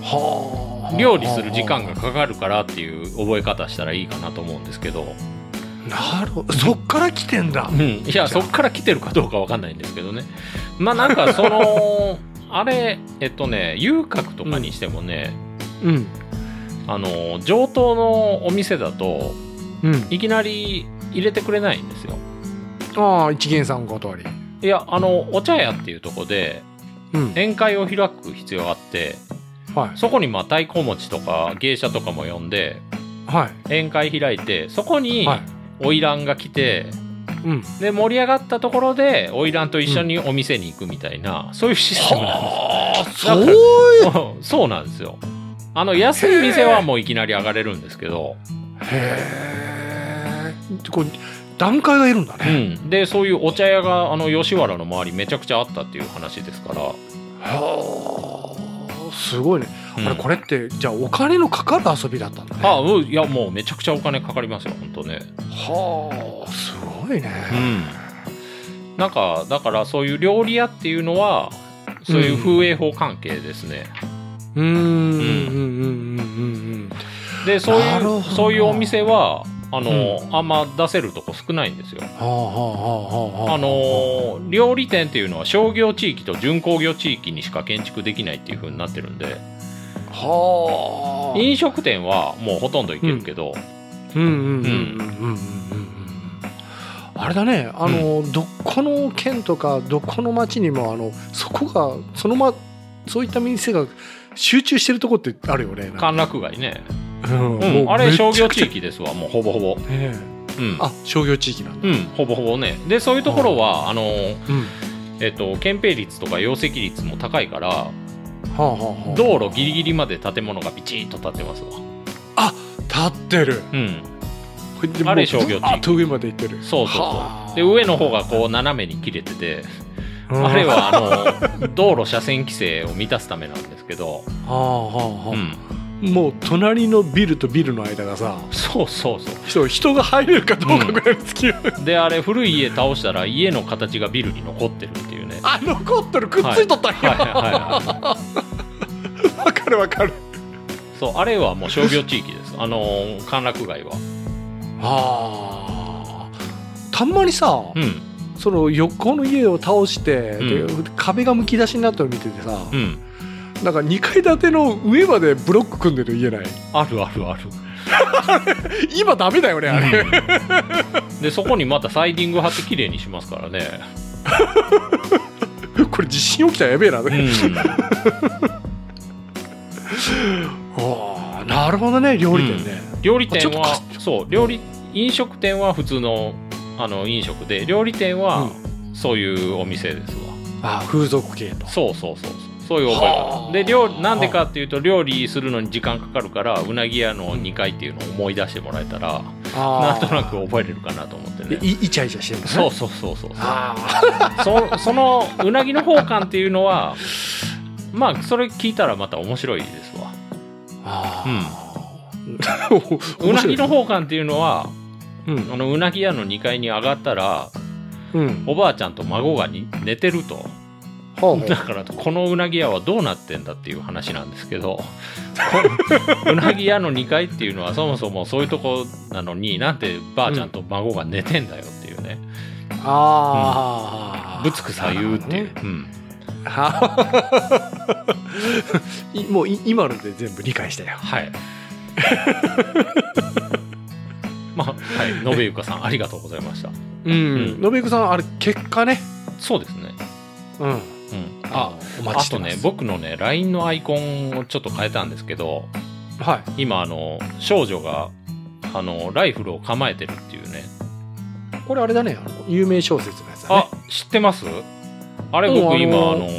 [SPEAKER 2] はあ
[SPEAKER 3] 料理する時間がかかるからっていう覚え方したらいいかなと思うんですけど、
[SPEAKER 2] なるほどそっから来てんだ
[SPEAKER 3] うん、いやそっから来てるかどうかわかんないんですけどねまあなんかそ のあれえっとね遊郭とかにしてもね、
[SPEAKER 2] うん
[SPEAKER 3] あの上等のお店だと
[SPEAKER 2] うん
[SPEAKER 3] いきなり入れてくれないんですよ
[SPEAKER 2] ああ一元さんお断り
[SPEAKER 3] いやあのお茶屋っていうとこで
[SPEAKER 2] うん
[SPEAKER 3] 宴会を開く必要があって
[SPEAKER 2] はい
[SPEAKER 3] そこにまあ太鼓持ちとか芸者とかも呼んで
[SPEAKER 2] はい
[SPEAKER 3] 宴会開いてそこに
[SPEAKER 2] はい
[SPEAKER 3] 花魁が来て、
[SPEAKER 2] うん
[SPEAKER 3] で盛り上がったところで花魁と一緒にお店に行くみたいな、そういうシステムなん
[SPEAKER 2] はあ
[SPEAKER 3] だ
[SPEAKER 2] そ
[SPEAKER 3] か
[SPEAKER 2] う
[SPEAKER 3] ら
[SPEAKER 2] いう
[SPEAKER 3] ですよそうなんですよあの安い店はもういきなり上がれるんですけど、
[SPEAKER 2] へえこう段階がいるんだ
[SPEAKER 3] う
[SPEAKER 2] ね、
[SPEAKER 3] ん、でそういうお茶屋があの吉原の周りめちゃくちゃあったっていう話ですから
[SPEAKER 2] はあすごいね、あ
[SPEAKER 3] う
[SPEAKER 2] れ
[SPEAKER 3] ん
[SPEAKER 2] これってじゃあお金のかかる遊びだったんだね
[SPEAKER 3] あうんいやもうめちゃくちゃお金かかりますよ本当ね
[SPEAKER 2] はあすごいね、
[SPEAKER 3] うんなんかだからそういう料理屋っていうのはそういう風営法関係ですね、
[SPEAKER 2] うーんうんうんうんうん
[SPEAKER 3] でそう
[SPEAKER 2] ないるほど
[SPEAKER 3] うそういうお店はあの、あんま出せるとこ少ないんですよ
[SPEAKER 2] はあはあはあはあ
[SPEAKER 3] あの料理店っていうのは商業地域と準工業地域にしか建築できないっていう風になってるんで
[SPEAKER 2] はあ
[SPEAKER 3] 飲食店はもうほとんど行けるけど、
[SPEAKER 2] うんうんうんうんうんうんうんあれだねあの、どこの県とかどこの町にもあのそこがそのまそういった店が集中してるとこってあるよねなんか
[SPEAKER 3] 歓楽街ね、
[SPEAKER 2] うん
[SPEAKER 3] うん
[SPEAKER 2] もう
[SPEAKER 3] あれ
[SPEAKER 2] めちゃ
[SPEAKER 3] 商
[SPEAKER 2] くちゃ
[SPEAKER 3] 業地域ですわもうほぼほぼ、
[SPEAKER 2] ね
[SPEAKER 3] うん、
[SPEAKER 2] あ商業地域なんだ
[SPEAKER 3] うん、ほぼほぼね。で、そういうところは、あの、
[SPEAKER 2] うん
[SPEAKER 3] えっと、憲兵率とか容積率も高いから、
[SPEAKER 2] はあはあはあ
[SPEAKER 3] 道路ギリギリまで建物がビチーッと建ってますわ。
[SPEAKER 2] 立ってる
[SPEAKER 3] うん。
[SPEAKER 2] で
[SPEAKER 3] あ
[SPEAKER 2] も
[SPEAKER 3] れ
[SPEAKER 2] う
[SPEAKER 3] 商業地域
[SPEAKER 2] ぶわーっと上まで行ってる
[SPEAKER 3] そうそう
[SPEAKER 2] は
[SPEAKER 3] そ
[SPEAKER 2] あ
[SPEAKER 3] う。で、上の方がこう斜めに切れてて、
[SPEAKER 2] うん
[SPEAKER 3] あれは、あ の、道路車線規制を満たすためなんですけど、
[SPEAKER 2] はあはあ
[SPEAKER 3] う
[SPEAKER 2] は
[SPEAKER 3] ん。
[SPEAKER 2] あもう隣のビルとビルの間がさ
[SPEAKER 3] そうそう
[SPEAKER 2] 人
[SPEAKER 3] そ
[SPEAKER 2] 人が入れるかどうかぐらいの付き合い、
[SPEAKER 3] う。で、あれ、古い家倒したら、家の形がビルに残ってるっていうね。
[SPEAKER 2] あ残ってるくっついとったん
[SPEAKER 3] はい
[SPEAKER 2] や、
[SPEAKER 3] はいはい。
[SPEAKER 2] わかるわかる
[SPEAKER 3] そう、あれはもう商業地域です。あの、歓楽街は。
[SPEAKER 2] あたまにさ、
[SPEAKER 3] うん。
[SPEAKER 2] その横の家を倒して、
[SPEAKER 3] う
[SPEAKER 2] で壁がむき出しになったの見ててさ、
[SPEAKER 3] うん。
[SPEAKER 2] なんか2階建ての上までブロック組んでる家ない
[SPEAKER 3] あるあるある。
[SPEAKER 2] 今ダメだよねあれ、
[SPEAKER 3] でそこにまたサイディング貼って綺麗にしますからね、
[SPEAKER 2] これ地震起きたらやべえな、
[SPEAKER 3] うん、
[SPEAKER 2] ああなるほどね料理店ね、
[SPEAKER 3] 料理店
[SPEAKER 2] あ
[SPEAKER 3] は
[SPEAKER 2] ちょ
[SPEAKER 3] そう料理飲食店は普通のあの飲食で料理店はそういうお店ですわ、
[SPEAKER 2] ああ風俗系と
[SPEAKER 3] そうそうそうそうそういう
[SPEAKER 2] は
[SPEAKER 3] 覚
[SPEAKER 2] あ
[SPEAKER 3] え方で料なんでかっていうと料理するのに時間かかるからうなぎ屋の2階っていうのを思い出してもらえたらなんとなく覚えれるかなと思って
[SPEAKER 2] で
[SPEAKER 3] ね
[SPEAKER 2] いイチャイチャしてるんだね
[SPEAKER 3] そうそうそうそう
[SPEAKER 2] あ
[SPEAKER 3] そそのうなぎの奉還っていうのはまあそれ聞いたらまた面白いですわ
[SPEAKER 2] あ、
[SPEAKER 3] うなぎ
[SPEAKER 2] の
[SPEAKER 3] の奉還っていうのは
[SPEAKER 2] うん
[SPEAKER 3] あのうなぎ屋の2階に上がったら
[SPEAKER 2] うん
[SPEAKER 3] おばあちゃんと孫がに寝てると
[SPEAKER 2] ほうほう
[SPEAKER 3] だからこのうなぎ屋はどうなってんだっていう話なんですけどこうなぎ屋の2階っていうのはそもそもそういうとこなのになんでばあちゃんと孫が寝てんだよっていうね
[SPEAKER 2] ああ、
[SPEAKER 3] ぶつくさ言うっていう、うん、
[SPEAKER 2] はいもうい今ので全部理解したよ
[SPEAKER 3] はい まあ、はい。延べゆかさん、ありがとうございました。
[SPEAKER 2] うん。
[SPEAKER 3] うん
[SPEAKER 2] 信行さん、あれ、結果ね。
[SPEAKER 3] そうですね。
[SPEAKER 2] うん。
[SPEAKER 3] うん。
[SPEAKER 2] あ、お
[SPEAKER 3] あ
[SPEAKER 2] 待ちして
[SPEAKER 3] と
[SPEAKER 2] ま
[SPEAKER 3] ね
[SPEAKER 2] す。、
[SPEAKER 3] 僕のね、LINE のアイコンをちょっと変えたんですけど、
[SPEAKER 2] はい。
[SPEAKER 3] 今、あの、少女が、あの、ライフルを構えてるっていうね。
[SPEAKER 2] これあれだね、あの有名小説のやつだね
[SPEAKER 3] あ。、知ってますあれ
[SPEAKER 2] うんあの
[SPEAKER 3] 僕
[SPEAKER 2] ー
[SPEAKER 3] 今、あの、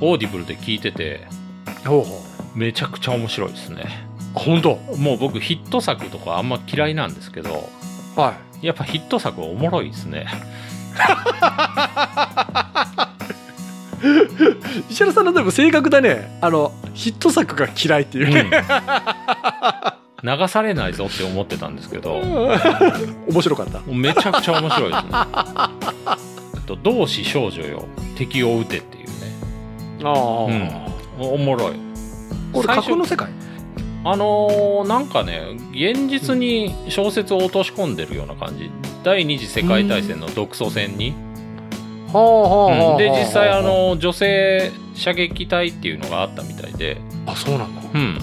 [SPEAKER 3] オーディブルで聞いてて、
[SPEAKER 2] ほうほう。
[SPEAKER 3] めちゃくちゃ面白いですね。
[SPEAKER 2] あ、本当。
[SPEAKER 3] もう僕ヒット作とかあんま嫌いなんですけど、
[SPEAKER 2] はい。
[SPEAKER 3] やっぱヒット作はおもろいですね。
[SPEAKER 2] 石原さんのでも正確だね。あの、ヒット作が嫌いっていうう。
[SPEAKER 3] ん流されないぞって思ってたんですけど、も
[SPEAKER 2] 面白かった。
[SPEAKER 3] うめちゃくちゃ面白 いですね。と同志少女よ、敵を撃てっていうね。
[SPEAKER 2] ああ、
[SPEAKER 3] おおもろい。
[SPEAKER 2] これ
[SPEAKER 3] 最
[SPEAKER 2] 架
[SPEAKER 3] 初
[SPEAKER 2] 空の世界
[SPEAKER 3] あのーなんかね、現実に小説を落とし込んでるような感じ。第二次世界大戦の独ソ戦に。
[SPEAKER 2] はあはあはあ、
[SPEAKER 3] うんで、実際、あ
[SPEAKER 2] は
[SPEAKER 3] の、女性射撃隊っていうのがあったみたいで、
[SPEAKER 2] ああそうなんだ、
[SPEAKER 3] うん。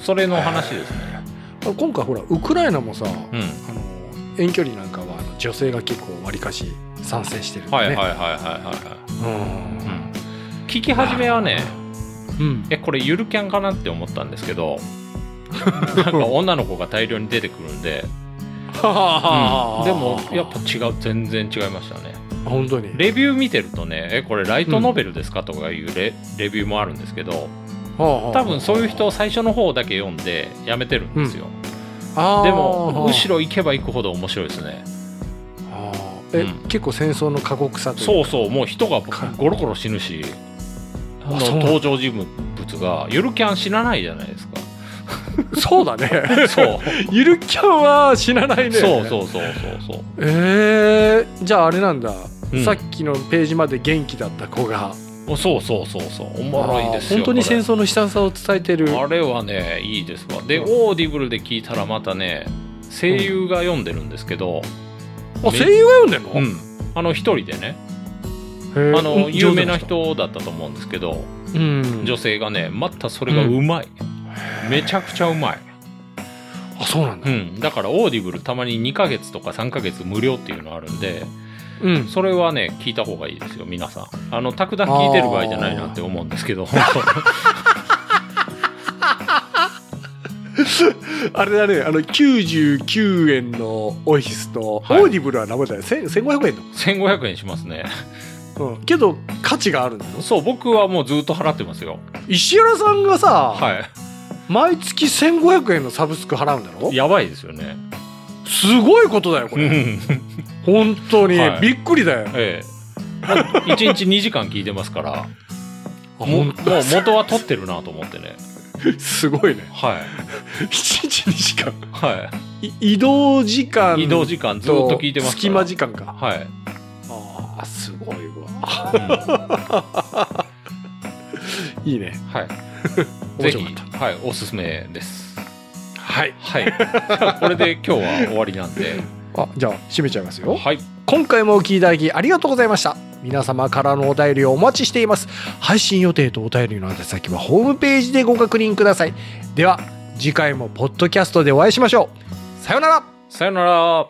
[SPEAKER 3] それの話ですね。
[SPEAKER 2] あの今回ほらウクライナもさ、
[SPEAKER 3] うん。
[SPEAKER 2] あの遠距離なんかはあの女性が結構わりかし賛成してるんだ
[SPEAKER 3] はいはい
[SPEAKER 2] ね、
[SPEAKER 3] はいはいはいはい。
[SPEAKER 2] うん
[SPEAKER 3] うん聞き始めはね
[SPEAKER 2] うん
[SPEAKER 3] えこれゆるキャンかなって思ったんですけ どなんか女の子が大量に出てくるんで、
[SPEAKER 2] ははは
[SPEAKER 3] うんでもやっぱ違う全然違いましたね
[SPEAKER 2] ぱ本当に
[SPEAKER 3] レビュー見てるとねえこれライトノベルですかとかいうレ,、レビューもあるんですけど多
[SPEAKER 2] 多
[SPEAKER 3] 分そういう人最初の方だけ読んでやめてるんですよ、
[SPEAKER 2] で
[SPEAKER 3] でも後ろ行けば行くほど面白いですね
[SPEAKER 2] え、
[SPEAKER 3] うん
[SPEAKER 2] 結構戦争の過酷さという
[SPEAKER 3] そうそうもう人がゴロゴロ死ぬしあの
[SPEAKER 2] あそう
[SPEAKER 3] 登場人物がゆるキャン知らないじゃないですか
[SPEAKER 2] そうだね
[SPEAKER 3] そう
[SPEAKER 2] ゆるキャンは死なないね
[SPEAKER 3] そう
[SPEAKER 2] う
[SPEAKER 3] そうそうそうそう。
[SPEAKER 2] えー、じゃああれなんだ、
[SPEAKER 3] うん
[SPEAKER 2] さっきのページまで元気だった子が
[SPEAKER 3] おそうそうそうそう。おもろいですよ。
[SPEAKER 2] 本当に戦
[SPEAKER 3] こ
[SPEAKER 2] 争の悲惨さを伝えてる
[SPEAKER 3] れあれはね、いいですわ。で、オーディブルで聞いたらまたね、声優が読んでるんですけど、
[SPEAKER 2] あ声優が読んでんの、
[SPEAKER 3] うん。あの、一人でね、
[SPEAKER 2] へー
[SPEAKER 3] あの、
[SPEAKER 2] うん
[SPEAKER 3] 有名な人だったと思うんですけど、
[SPEAKER 2] うん
[SPEAKER 3] 女性がね、またそれがうまい。めちゃくちゃうまい。
[SPEAKER 2] あそうなん
[SPEAKER 3] う
[SPEAKER 2] だ
[SPEAKER 3] ん。だから、オーディブルたまに2ヶ月とか3ヶ月無料っていうのあるんで、
[SPEAKER 2] うん
[SPEAKER 3] それはね、聞いた方がいいですよ、皆さん。あの、たくだん聞いてる場合じゃないなって思うんですけど、本当に
[SPEAKER 2] あれだねあの99円のオイスと、
[SPEAKER 3] はい
[SPEAKER 2] オーディブルは生だよ1000 1500円
[SPEAKER 3] 1500円しますね。
[SPEAKER 2] と、うん、けど価値があるんだよ
[SPEAKER 3] そう、僕はもうずっと払ってますよ。
[SPEAKER 2] 石原さんがさ、
[SPEAKER 3] は
[SPEAKER 2] 毎月1500円のサブスク払うんだろ
[SPEAKER 3] い。やばいですよね。
[SPEAKER 2] すごいことだよこ
[SPEAKER 3] う
[SPEAKER 2] れ
[SPEAKER 3] ん
[SPEAKER 2] 本当に、
[SPEAKER 3] はい
[SPEAKER 2] びっくりだよ
[SPEAKER 3] ええ。もう1日2時間聞いてますから、
[SPEAKER 2] あ
[SPEAKER 3] もうも
[SPEAKER 2] 本
[SPEAKER 3] う
[SPEAKER 2] 当
[SPEAKER 3] 元は取ってるなと思ってね。
[SPEAKER 2] すごいね
[SPEAKER 3] はい。
[SPEAKER 2] 1日2時間
[SPEAKER 3] はい
[SPEAKER 2] 移動時間
[SPEAKER 3] い。移動時間ずっと聞いてますから。
[SPEAKER 2] 隙間時間か
[SPEAKER 3] はい。
[SPEAKER 2] あーすごいわ
[SPEAKER 3] うん
[SPEAKER 2] いいね
[SPEAKER 3] はい。
[SPEAKER 2] 面
[SPEAKER 3] ぜ
[SPEAKER 2] 白かっ
[SPEAKER 3] ひ、はい、おすすめです。
[SPEAKER 2] たはい
[SPEAKER 3] はい。 じゃあこれで今日は終わりなんで。
[SPEAKER 2] あじゃあ締めちゃいますよ
[SPEAKER 3] はい。
[SPEAKER 2] 今回もお聞きいただきありがとうございました皆様からのお便りをお待ちしています配信予定とお便りの宛先はホームページでご確認くださいでは次回もポッドキャストでお会いしましょうさようなら
[SPEAKER 3] さよなら。